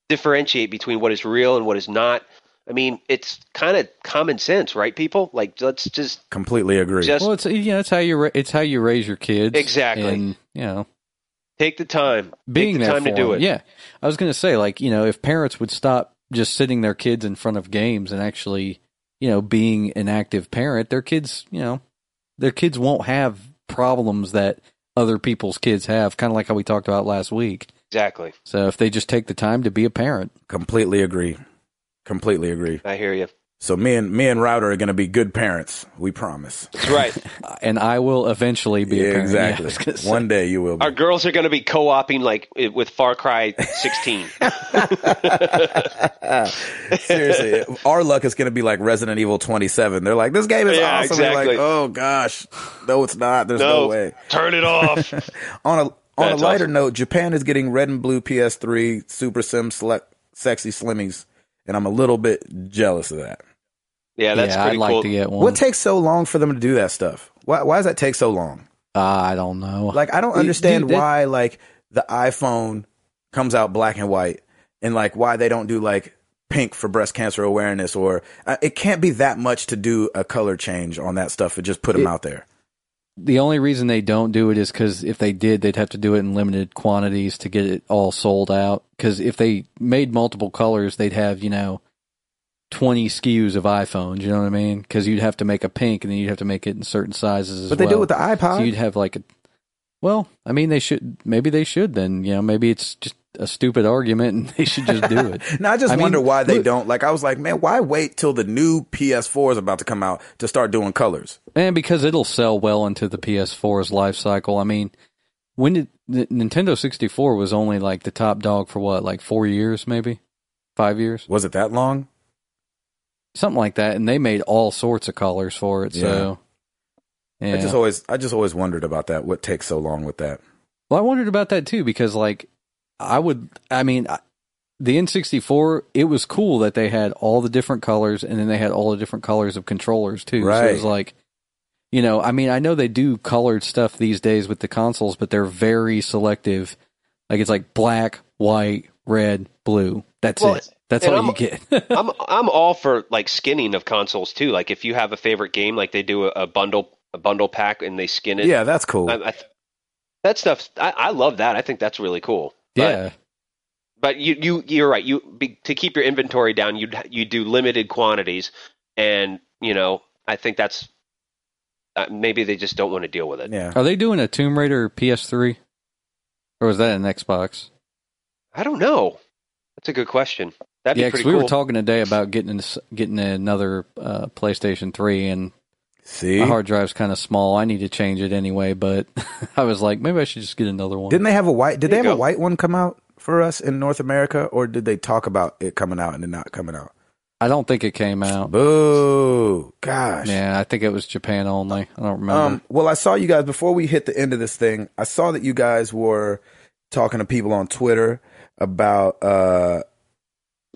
[SPEAKER 2] differentiate between what is real and what is not. I mean, it's kind of common sense, right, people? Like, let's just
[SPEAKER 1] Completely agree.
[SPEAKER 2] just
[SPEAKER 3] Well, it's you know it's how you ra- it's how you raise your kids
[SPEAKER 2] Exactly.
[SPEAKER 3] and you know
[SPEAKER 2] take the time, take
[SPEAKER 3] being
[SPEAKER 2] the
[SPEAKER 3] there
[SPEAKER 2] time
[SPEAKER 3] for
[SPEAKER 2] to do
[SPEAKER 3] them.
[SPEAKER 2] it.
[SPEAKER 3] Yeah, I was gonna say like you know if parents would stop just sitting their kids in front of games and actually you know being an active parent, their kids you know their kids won't have problems that other people's kids have. Kind of like how we talked about last week.
[SPEAKER 2] Exactly.
[SPEAKER 3] So if they just take the time to be a parent,
[SPEAKER 1] Completely agree. Completely agree.
[SPEAKER 2] I hear you.
[SPEAKER 1] So me and me and Router are gonna be good parents. We promise. (laughs)
[SPEAKER 2] That's right.
[SPEAKER 3] and I will eventually be a parent. (laughs) Yeah, I
[SPEAKER 1] exactly.
[SPEAKER 3] was gonna say.
[SPEAKER 1] One day you will. Be.
[SPEAKER 2] Our girls are going to be co-oping like it- with Far Cry
[SPEAKER 1] (laughs)
[SPEAKER 2] 16.
[SPEAKER 1] Seriously, our luck is going to be like Resident Evil 27. They're like, this game is
[SPEAKER 2] Yeah,
[SPEAKER 1] awesome. You're
[SPEAKER 2] exactly.
[SPEAKER 1] like, oh gosh, no, it's not. There's no,
[SPEAKER 2] no,
[SPEAKER 1] way.
[SPEAKER 2] turn
[SPEAKER 1] (laughs)
[SPEAKER 2] it off.
[SPEAKER 1] On a on
[SPEAKER 2] That's
[SPEAKER 1] a lighter
[SPEAKER 2] awesome.
[SPEAKER 1] note, Japan is getting red and blue PS3 Super Sim select, sexy slimmies, and I'm a little bit jealous of that.
[SPEAKER 2] Yeah, that's
[SPEAKER 3] yeah,
[SPEAKER 2] pretty
[SPEAKER 3] I'd like
[SPEAKER 2] cool.
[SPEAKER 3] to get one.
[SPEAKER 1] What takes so long for them to do that stuff? Why why does that take so long?
[SPEAKER 3] Ah, I don't know.
[SPEAKER 1] Like I don't
[SPEAKER 3] Dude,
[SPEAKER 1] understand
[SPEAKER 3] dude, that-
[SPEAKER 1] why like the iPhone comes out black and white and like why they don't do like pink for breast cancer awareness or uh, it can't be that much to do a color change on that stuff and just put them
[SPEAKER 3] It-
[SPEAKER 1] out there.
[SPEAKER 3] the only reason they don't do it is because if they did, they'd have to do it in limited quantities to get it all sold out. Because if they made multiple colors, they'd have you know twenty SKUs of iPhones. You know what I mean? Because you'd have to make a pink, and then you'd have to make it in certain sizes. As
[SPEAKER 1] But they do
[SPEAKER 3] well.
[SPEAKER 1] it with the
[SPEAKER 3] So
[SPEAKER 1] iPod.
[SPEAKER 3] you'd have like a. Well, I mean, they should. Maybe they should. Then you know, maybe it's just a stupid argument, and (laughs) they should just do it.
[SPEAKER 1] now I just
[SPEAKER 3] I mean,
[SPEAKER 1] wonder why they
[SPEAKER 3] look-
[SPEAKER 1] don't. Like I was like, man, why wait till the new PS4 is about to come out to start doing colors?
[SPEAKER 3] And because it'll sell well into the PS4's life cycle. I mean, when did the Nintendo 64 was only like the top dog for what, like four years, maybe five years,
[SPEAKER 1] Was it that long?
[SPEAKER 3] something like that, and they made all sorts of colors for it. So, yeah.
[SPEAKER 1] I just always I just always wondered about that. What takes so long with that?
[SPEAKER 3] well, I wondered about that too because, like, I would, I mean, I, the N64, it was cool that they had all the different colors, and then they had all the different colors of controllers too. So it
[SPEAKER 1] Right.
[SPEAKER 3] was like. you know, I mean, I know they do colored stuff these days with the consoles, but they're very selective. Like it's like black, white, red, blue. That's
[SPEAKER 2] Well,
[SPEAKER 3] it. That's
[SPEAKER 2] and
[SPEAKER 3] all
[SPEAKER 2] I'm-
[SPEAKER 3] you get. (laughs)
[SPEAKER 2] I'm I'm all for like skinning of consoles too. Like if you have a favorite game, like they do a, a bundle a bundle pack and they skin it.
[SPEAKER 1] Yeah, that's cool.
[SPEAKER 2] I, I th- that stuff. I, I love that. I think that's really cool. But-
[SPEAKER 3] yeah.
[SPEAKER 2] but you you you're right. You be, to keep your inventory down, you you do limited quantities, and you know I think that's uh, maybe they just don't want to deal with it.
[SPEAKER 1] yeah.
[SPEAKER 3] Are they doing a Tomb Raider PS3? Or was that an Xbox?
[SPEAKER 2] I don't know. That's a good question. That'd
[SPEAKER 3] yeah,
[SPEAKER 2] be pretty
[SPEAKER 3] we
[SPEAKER 2] cool.
[SPEAKER 3] were talking today about getting this- getting another uh, PlayStation 3, and
[SPEAKER 1] See?
[SPEAKER 3] my hard drive's kind of small. I need to change it anyway, but (laughs) I was like, maybe I should just get another one.
[SPEAKER 1] Didn't they have a white? Did
[SPEAKER 2] There
[SPEAKER 1] they
[SPEAKER 2] you
[SPEAKER 1] have a
[SPEAKER 2] go.
[SPEAKER 1] white one come out for us in North America, or did they talk about it coming out and it not coming out?
[SPEAKER 3] I don't think it came out.
[SPEAKER 1] Boo! Gosh.
[SPEAKER 3] Oh, Yeah, I think it was Japan only. I don't remember.
[SPEAKER 1] Um. Well, I saw you guys before we hit the end of this thing. I saw that you guys were talking to people on Twitter about uh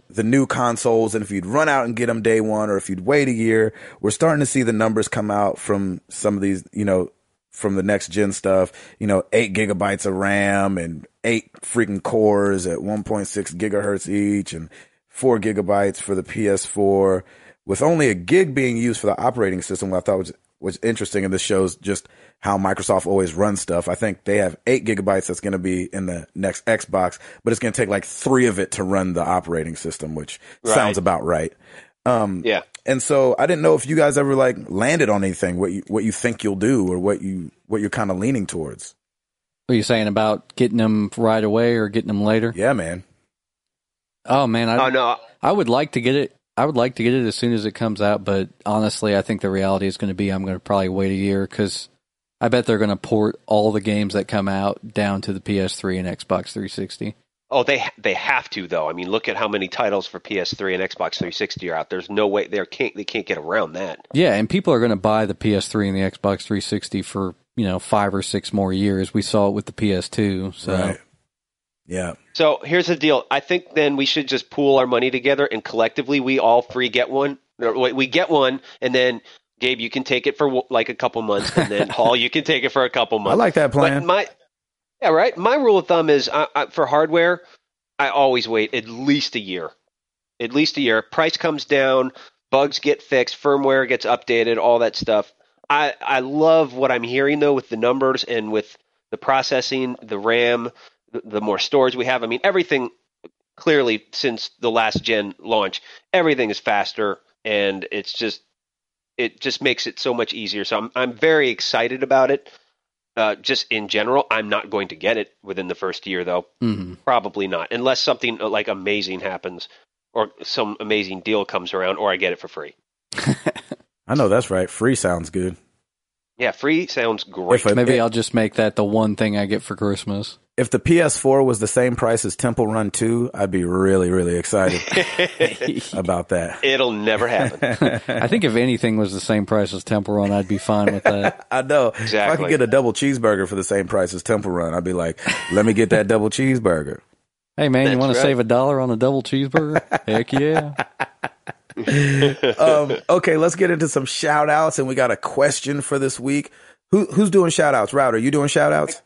[SPEAKER 1] the new consoles and if you'd run out and get them day one or if you'd wait a year. We're starting to see the numbers come out from some of these, you know, from the next gen stuff. You know, eight gigabytes of RAM and eight freaking cores at 1.6 gigahertz each and four gigabytes for the PS4 with only a gig being used for the operating system. What I thought was, was interesting. And this shows just how Microsoft always runs stuff. I think they have eight gigabytes that's going to be in the next Xbox, but it's going to take like three of it to run the operating system, which
[SPEAKER 2] Right.
[SPEAKER 1] sounds about right. Um,
[SPEAKER 2] Yeah.
[SPEAKER 1] and so I didn't know if you guys ever like landed on anything, what you what you think you'll do, or what you what you're kind of leaning towards.
[SPEAKER 3] What are you saying about getting them right away or getting them later?
[SPEAKER 1] Yeah, Uh, man.
[SPEAKER 3] Oh man, I
[SPEAKER 2] Oh no.
[SPEAKER 3] I would like to get it. I would like to get it as soon as it comes out, but honestly, I think the reality is going to be I'm going to probably wait a year because I bet they're going to port all the games that come out down to the PS3 and Xbox 360.
[SPEAKER 2] Oh, they they have to though. I mean, look at how many titles for PS3 and Xbox 360 are out. There's no way they can't they can't get around that.
[SPEAKER 3] Yeah, and people are going to buy the PS3 and the Xbox 360 for you know five or six more years. We saw it with the PS2. So
[SPEAKER 1] Right. Yeah.
[SPEAKER 2] So here's the deal. I think then we should just pool our money together and collectively we all free get one. Or wait, We get one, and then Gabe, you can take it for w- like a couple months, and then Hall, you can take it for a couple
[SPEAKER 1] I
[SPEAKER 2] months.
[SPEAKER 1] like that
[SPEAKER 2] But
[SPEAKER 1] plan.
[SPEAKER 2] my yeah, right. My rule of thumb is I, I, for hardware, I always wait at least a year. At least a year. Price comes down, bugs get fixed, firmware gets updated, all that stuff. I I love what I'm hearing though with the numbers and with the processing, the RAM, the, the more storage we have. I mean, everything clearly since the last gen launch, everything is faster and it's just it just makes it so much easier. So I'm I'm very excited about it uh, just in general, I'm not going to get it within the first year, though.
[SPEAKER 3] mhm.
[SPEAKER 2] Probably not, unless something uh, like amazing happens, or some amazing deal comes around, or I get it for free.
[SPEAKER 1] I know that's right. Free sounds good.
[SPEAKER 2] Yeah, free sounds great.
[SPEAKER 1] If I-
[SPEAKER 3] maybe I'll just make that the one thing I get for Christmas.
[SPEAKER 1] If the PS4 was the same price as Temple Run 2, I'd be really, really (laughs) excited about (laughs) that.
[SPEAKER 2] It'll never happen.
[SPEAKER 3] I think if anything was the same price as Temple Run, I'd be fine
[SPEAKER 1] (laughs)
[SPEAKER 3] with that.
[SPEAKER 1] I know. If I could
[SPEAKER 2] Exactly.
[SPEAKER 1] get a double cheeseburger for the same price as Temple Run, I'd be like, let me get that double cheeseburger.
[SPEAKER 3] Hey man, you
[SPEAKER 2] That's
[SPEAKER 3] want to
[SPEAKER 2] right.
[SPEAKER 3] save a dollar on a double cheeseburger? Heck
[SPEAKER 1] (laughs)
[SPEAKER 3] yeah!
[SPEAKER 1] Um, okay, let's get into some shout outs. And we got a question for this week. Who, who's doing shout outs? Router, you doing shout outs?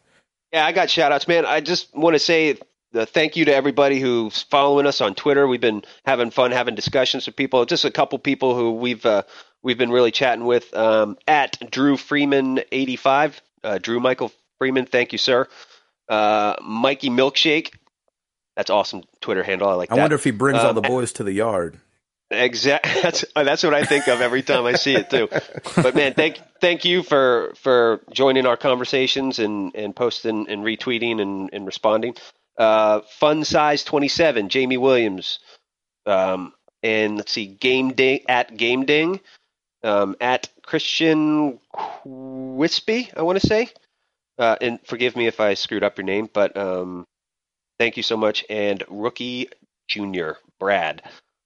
[SPEAKER 2] yeah, I got shout outs, man. I just want to say the thank you to everybody who's following us on Twitter. We've been having fun having discussions with people. Just a couple people who we've uh, we've been really chatting with um, at Drew Freeman eighty five. Uh, Drew Michael Freeman, thank you, sir. Uh, Mikey Milkshake, that's awesome Twitter handle. I like
[SPEAKER 1] I
[SPEAKER 2] that.
[SPEAKER 1] wonder if he brings all
[SPEAKER 2] Uh,
[SPEAKER 1] the boys to the yard.
[SPEAKER 2] Exact. (laughs) That's uh, that's what I think of every time I see it too. But man, thank thank you for for joining our conversations and and posting and retweeting and and responding. Uh, fun size twenty seven, Jamie Williams, um, and let's see, game day at game ding, um, at Christian Wispy, I want to say. Uh, and forgive me if I screwed up your name, but um, thank you so much. And rookie junior Brad.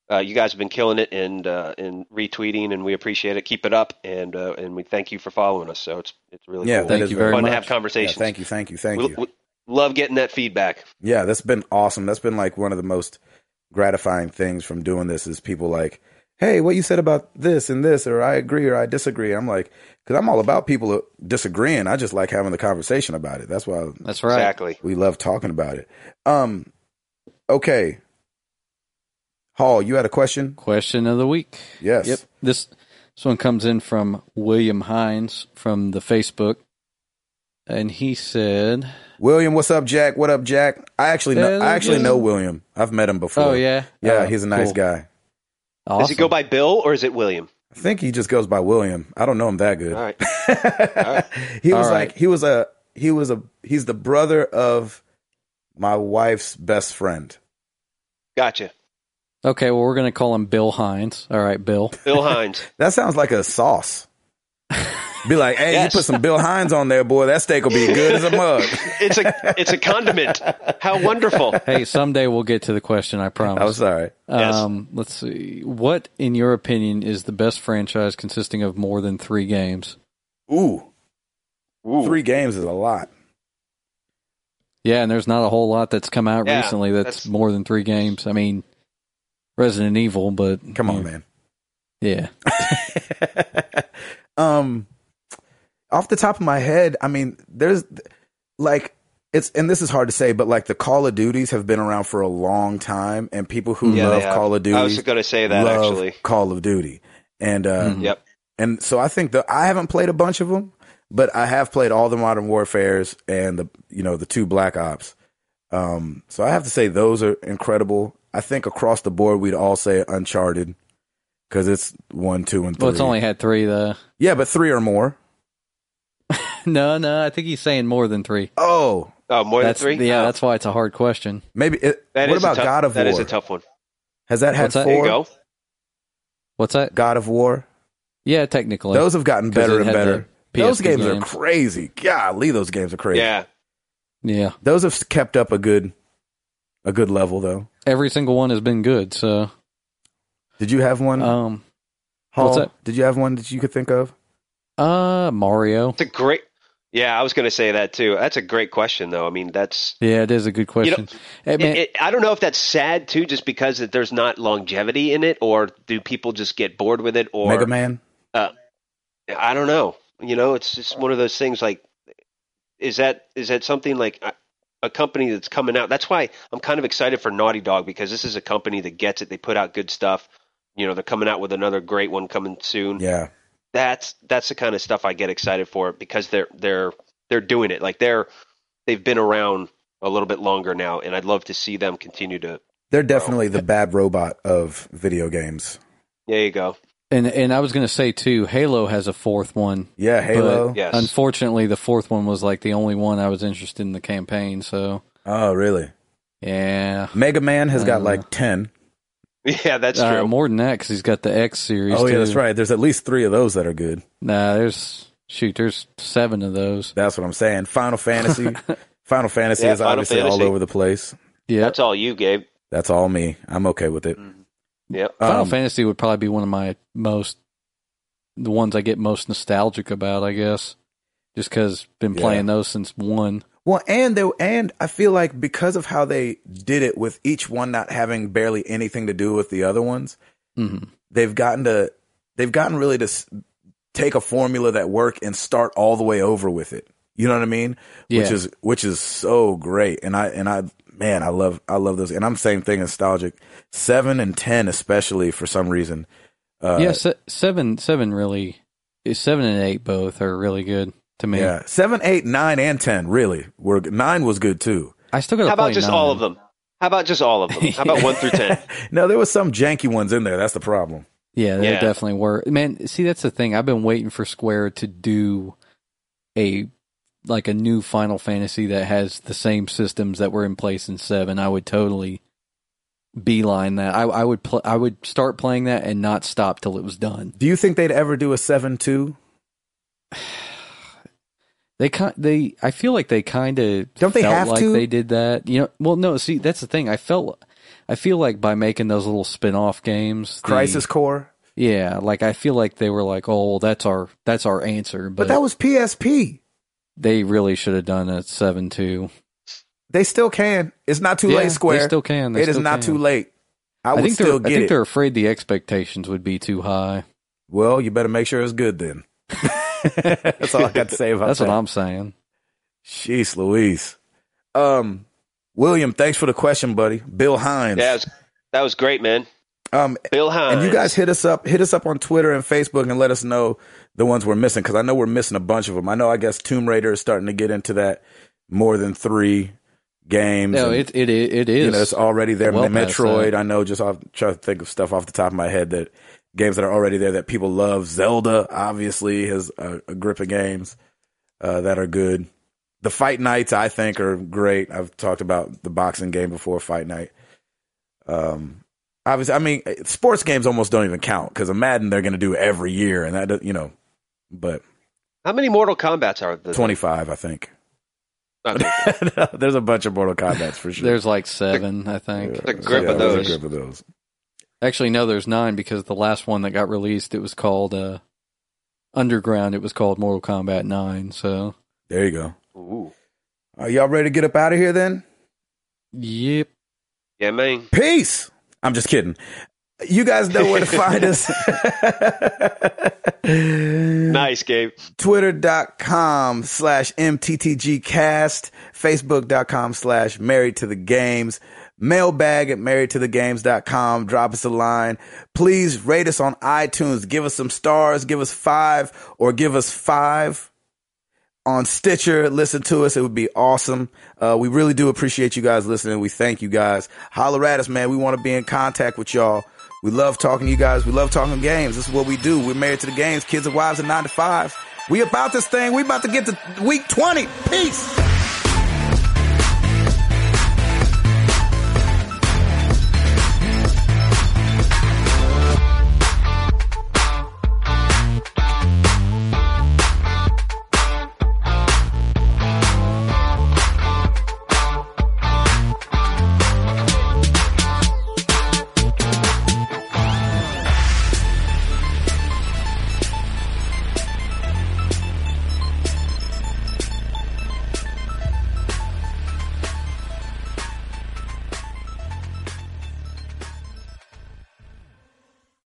[SPEAKER 2] Uh, you guys have been killing it and uh, and retweeting, and we appreciate it. Keep it up, and uh, and we thank you for following us. So it's it's really
[SPEAKER 1] Yeah,
[SPEAKER 2] cool.
[SPEAKER 1] that
[SPEAKER 3] Thank
[SPEAKER 1] is
[SPEAKER 3] you very
[SPEAKER 2] fun
[SPEAKER 3] much.
[SPEAKER 2] to have
[SPEAKER 1] Yeah,
[SPEAKER 2] conversations.
[SPEAKER 1] thank you, thank you, thank
[SPEAKER 2] We-
[SPEAKER 1] you.
[SPEAKER 2] we love getting that feedback.
[SPEAKER 1] yeah, that's been awesome. That's been like one of the most gratifying things from doing this is people like, hey, what you said about this and this, or I agree or I disagree. I'm like, because I'm all about people disagreeing. I just like having the conversation about it. That's why
[SPEAKER 3] That's right.
[SPEAKER 2] Exactly.
[SPEAKER 1] we love talking about it. Um, okay, Hall, you had a question?
[SPEAKER 3] Question of the week.
[SPEAKER 1] Yes.
[SPEAKER 3] Yep. This this one comes in from William Hines from the Facebook, and he said,
[SPEAKER 1] William, what's up, Jack? What up, Jack? I actually know.
[SPEAKER 3] Hello,
[SPEAKER 1] I actually
[SPEAKER 3] William.
[SPEAKER 1] know William. I've met him before.
[SPEAKER 3] "Oh yeah,
[SPEAKER 1] yeah.
[SPEAKER 3] Oh,
[SPEAKER 1] He's a nice
[SPEAKER 3] cool.
[SPEAKER 1] guy.
[SPEAKER 3] Awesome.
[SPEAKER 2] Does it go by Bill or is it William?
[SPEAKER 1] I think he just goes by William. I don't know him that good. (laughs)
[SPEAKER 2] All right.
[SPEAKER 1] he was
[SPEAKER 3] All right.
[SPEAKER 1] like he was a he was a he's the brother of my wife's best friend.
[SPEAKER 2] Gotcha.
[SPEAKER 3] Okay, well we're gonna call him Bill Hines. All right, Bill.
[SPEAKER 2] Bill Hines.
[SPEAKER 1] That sounds like a
[SPEAKER 3] (laughs)
[SPEAKER 1] sauce. Be like, hey,
[SPEAKER 2] Yes.
[SPEAKER 1] you put some Bill Hines on there, boy. That steak will be good as a mug.
[SPEAKER 2] It's a it's a condiment. How wonderful. (laughs)
[SPEAKER 3] Hey, someday we'll get to the question. I (laughs) promise.
[SPEAKER 1] I'm sorry.
[SPEAKER 2] Yes.
[SPEAKER 3] Um, let's see. What, in your opinion, is the best franchise consisting of more than three games?
[SPEAKER 1] Ooh,
[SPEAKER 2] Ooh.
[SPEAKER 1] three games is a lot.
[SPEAKER 3] Yeah, and there's not a whole lot that's come out
[SPEAKER 2] Yeah,
[SPEAKER 3] recently that's,
[SPEAKER 2] that's-
[SPEAKER 3] more than three games. I mean, Resident Evil, but
[SPEAKER 1] Come on,
[SPEAKER 3] yeah.
[SPEAKER 1] man. (laughs)
[SPEAKER 3] Yeah,
[SPEAKER 1] um, off the top of my head, I mean, there's like it's and this is hard to say, but like the Call of Duties have been around for a long time, and people who
[SPEAKER 2] Yeah, they
[SPEAKER 1] love
[SPEAKER 2] have.
[SPEAKER 1] Call of Duty
[SPEAKER 2] I was going to say that
[SPEAKER 1] love
[SPEAKER 2] actually. Mm-hmm.
[SPEAKER 1] Call of Duty, and uh,
[SPEAKER 3] Mhm.
[SPEAKER 2] Yep.
[SPEAKER 1] and so I think that I haven't played a bunch of them, but I have played all the Modern Warfare's and the you know the two Black Ops. Um, so I have to say those are incredible. I think across the board we'd all say Uncharted because it's one, two, and three.
[SPEAKER 3] Well, it's only had three though. (laughs)
[SPEAKER 1] yeah, but three or more.
[SPEAKER 3] No, no, I think he's saying more than three.
[SPEAKER 1] Oh,
[SPEAKER 2] Oh, more
[SPEAKER 3] That's,
[SPEAKER 2] than three.
[SPEAKER 3] Yeah,
[SPEAKER 2] Oh,
[SPEAKER 3] that's why it's a hard question.
[SPEAKER 1] maybe. It,
[SPEAKER 2] that
[SPEAKER 1] what
[SPEAKER 2] is a
[SPEAKER 1] about
[SPEAKER 2] tough-
[SPEAKER 1] God of War?
[SPEAKER 2] That is a tough one.
[SPEAKER 1] Has that had
[SPEAKER 3] What's that?
[SPEAKER 1] four?
[SPEAKER 2] There you go.
[SPEAKER 3] What's that?
[SPEAKER 1] God of War.
[SPEAKER 3] Yeah, technically.
[SPEAKER 1] Those have gotten
[SPEAKER 3] 'Cause
[SPEAKER 1] better
[SPEAKER 3] it
[SPEAKER 1] and
[SPEAKER 3] had the
[SPEAKER 1] better. Those
[SPEAKER 3] PSP
[SPEAKER 1] games are
[SPEAKER 3] game.
[SPEAKER 1] crazy. Golly, those games are crazy.
[SPEAKER 2] Yeah.
[SPEAKER 3] yeah.
[SPEAKER 1] Those have kept up a good, a good level though.
[SPEAKER 3] Every single one has been good. So,
[SPEAKER 1] Did you have one?
[SPEAKER 3] um,
[SPEAKER 1] Hall?
[SPEAKER 3] what's that?
[SPEAKER 1] Did you have one that you could think of?
[SPEAKER 3] uh, Mario.
[SPEAKER 2] It's a great. Yeah, I was going to say that too. That's a great question, though. I mean, that's.
[SPEAKER 3] Yeah, it is a good
[SPEAKER 2] You know,
[SPEAKER 3] question. Hey, man,
[SPEAKER 2] it, it, I don't know if that's sad too, just because that there's not longevity in it, or do people just get bored with it, or
[SPEAKER 1] Mega Man.
[SPEAKER 2] I don't know. You know, it's just one of those things. Like, is that is that something like a, a company that's coming out? That's why I'm kind of excited for Naughty Dog because this is a company that gets it. They put out good stuff. You know, they're coming out with another great one coming soon.
[SPEAKER 1] Yeah,
[SPEAKER 2] That's that's the kind of stuff I get excited for because they're they're they're doing it. Like they're they've been around a little bit longer now, and I'd love to see them continue to.
[SPEAKER 1] they're definitely the bad robot of video games.
[SPEAKER 2] There you go.
[SPEAKER 3] and and I was gonna say too, Halo has a fourth one.
[SPEAKER 1] Yeah, Halo.
[SPEAKER 2] Yes.
[SPEAKER 3] Unfortunately, the fourth one was like the only one I was interested in the campaign. So,
[SPEAKER 1] Oh, really?
[SPEAKER 3] yeah,
[SPEAKER 1] Mega Man has got
[SPEAKER 3] Uh,
[SPEAKER 1] like ten.
[SPEAKER 2] (laughs) yeah, that's
[SPEAKER 3] Uh,
[SPEAKER 2] true.
[SPEAKER 3] more than that, because he's got the X series.
[SPEAKER 1] Oh yeah,
[SPEAKER 3] too.
[SPEAKER 1] that's right. There's at least three of those that are good.
[SPEAKER 3] Nah, there's shoot, there's seven of those.
[SPEAKER 1] That's what I'm saying. Final
[SPEAKER 2] (laughs)
[SPEAKER 1] Fantasy. Final Fantasy
[SPEAKER 2] Yeah,
[SPEAKER 1] is
[SPEAKER 2] Final
[SPEAKER 1] obviously
[SPEAKER 2] Fantasy.
[SPEAKER 1] all over the place.
[SPEAKER 3] Yeah,
[SPEAKER 2] That's all you, Gabe.
[SPEAKER 1] That's all me. I'm okay with it.
[SPEAKER 2] Yep.
[SPEAKER 3] Final
[SPEAKER 1] Um,
[SPEAKER 3] Fantasy would probably be one of my most, the ones I get most nostalgic about, I guess, just because been
[SPEAKER 1] Yeah.
[SPEAKER 3] playing those since one.
[SPEAKER 1] Well, and they and I feel like because of how they did it with each one not having barely anything to do with the other ones,
[SPEAKER 3] hmm
[SPEAKER 1] they've gotten to they've gotten really to s- take a formula that worked and start all the way over with it. You know what I mean?
[SPEAKER 3] Yeah,
[SPEAKER 1] Which is which is so great. And I and I man, I love I love those. And I'm same thing nostalgic. 7 and 10 especially for some reason. Uh
[SPEAKER 3] yeah, se- seven, seven really, seven and eight both are really good to me.
[SPEAKER 1] yeah. 7 eight, nine, and 10 really. Were 9 was good too.
[SPEAKER 3] I still got to
[SPEAKER 2] How
[SPEAKER 3] play
[SPEAKER 2] about just
[SPEAKER 3] nine.
[SPEAKER 2] all of them? How about just all of them? How about one through
[SPEAKER 1] (laughs)
[SPEAKER 2] ten?
[SPEAKER 1] no, there was some janky ones in there. That's the problem.
[SPEAKER 3] Yeah, there
[SPEAKER 2] Yeah.
[SPEAKER 3] definitely were. Man, see, that's the thing. I've been waiting for Square to do a like a new Final Fantasy that has the same systems that were in place in seven. I would totally beeline that. I, I would pl- I would start playing that and not stop till it was done.
[SPEAKER 1] Do you think they'd ever do a 7 2?
[SPEAKER 3] They kind they I feel like they kind of
[SPEAKER 1] Don't they
[SPEAKER 3] felt
[SPEAKER 1] have
[SPEAKER 3] like
[SPEAKER 1] to?
[SPEAKER 3] they did that. You know, well, no. See, that's the thing. I felt I feel like by making those little spin off games, the-
[SPEAKER 1] Crisis Core?
[SPEAKER 3] yeah, like I feel like they were like, oh, well, that's our that's our answer,
[SPEAKER 1] But that was PSP.
[SPEAKER 3] they really should have done a seven two.
[SPEAKER 1] They still can. It's not too late, Square.
[SPEAKER 3] They still can. They
[SPEAKER 1] it is
[SPEAKER 3] still
[SPEAKER 1] not
[SPEAKER 3] can.
[SPEAKER 1] too late. I, would
[SPEAKER 3] think
[SPEAKER 1] still
[SPEAKER 3] they're. I
[SPEAKER 1] get
[SPEAKER 3] think
[SPEAKER 1] it.
[SPEAKER 3] they're afraid the expectations would be too high.
[SPEAKER 1] Well, you better make sure it's good
[SPEAKER 3] (laughs)
[SPEAKER 1] then. That's all I got to say about
[SPEAKER 3] That's
[SPEAKER 1] that.
[SPEAKER 3] what I'm saying.
[SPEAKER 1] Jeez, Louise. Um, William, thanks for the question, buddy. Bill Hines.
[SPEAKER 2] Yeah, it was, that was great, man.
[SPEAKER 1] Um,
[SPEAKER 2] Bill Hines.
[SPEAKER 1] and you guys hit us up, hit us up on Twitter and Facebook, and let us know the ones we're missing because I know we're missing a bunch of them. I know. I guess Tomb Raider is starting to get into that more than three games.
[SPEAKER 3] No,
[SPEAKER 1] and-
[SPEAKER 3] it it it, it is.
[SPEAKER 1] you know, it's already there.
[SPEAKER 3] well past
[SPEAKER 1] Metroid,
[SPEAKER 3] that.
[SPEAKER 1] I know. Just off, trying to think of stuff off the top of my head that games that are already there that people love. Zelda obviously has a, a grip of games uh, that are good. The fight nights I think are great. I've talked about the boxing game before, fight night. Um, obviously, I mean, sports games almost don't even count because a Madden they're going to do every year, and that doesn't- you know, but
[SPEAKER 2] How many Mortal Kombat's are there?
[SPEAKER 1] twenty five I think.
[SPEAKER 2] Okay.
[SPEAKER 1] (laughs) There's a bunch of Mortal Kombat's for sure.
[SPEAKER 3] There's like seven, I think.
[SPEAKER 1] Yeah,
[SPEAKER 2] The grip
[SPEAKER 1] yeah,
[SPEAKER 2] of
[SPEAKER 1] there's a
[SPEAKER 2] those.
[SPEAKER 1] grip of those.
[SPEAKER 3] Actually, no, there's nine because the last one that got released, it was called uh, Underground. It was called Mortal Kombat Nine. So,
[SPEAKER 1] There you go.
[SPEAKER 2] Ooh.
[SPEAKER 1] Are y'all ready to get up out of here then?
[SPEAKER 3] yep.
[SPEAKER 2] Yeah, man.
[SPEAKER 1] Peace. I'm just kidding. You guys know where to find us. (laughs) Mm.
[SPEAKER 2] Nice, Gabe.
[SPEAKER 1] Twitter.com slash MTTGcast, Facebook.com slash Married to the Games, mailbag at marriedtothegames.com. Drop us a line. Please rate us on iTunes. Give us some stars. Give us five or give us five on Stitcher. Listen to us. It would be awesome. Uh, we really do appreciate you guys listening. We thank you guys. Holler at us, man. We want to be in contact with y'all. We love talking to you guys. We love talking games. This is what we do. We're married to the games. Kids and wives and nine to fives. We about this thing. We about to get to week 20. Peace.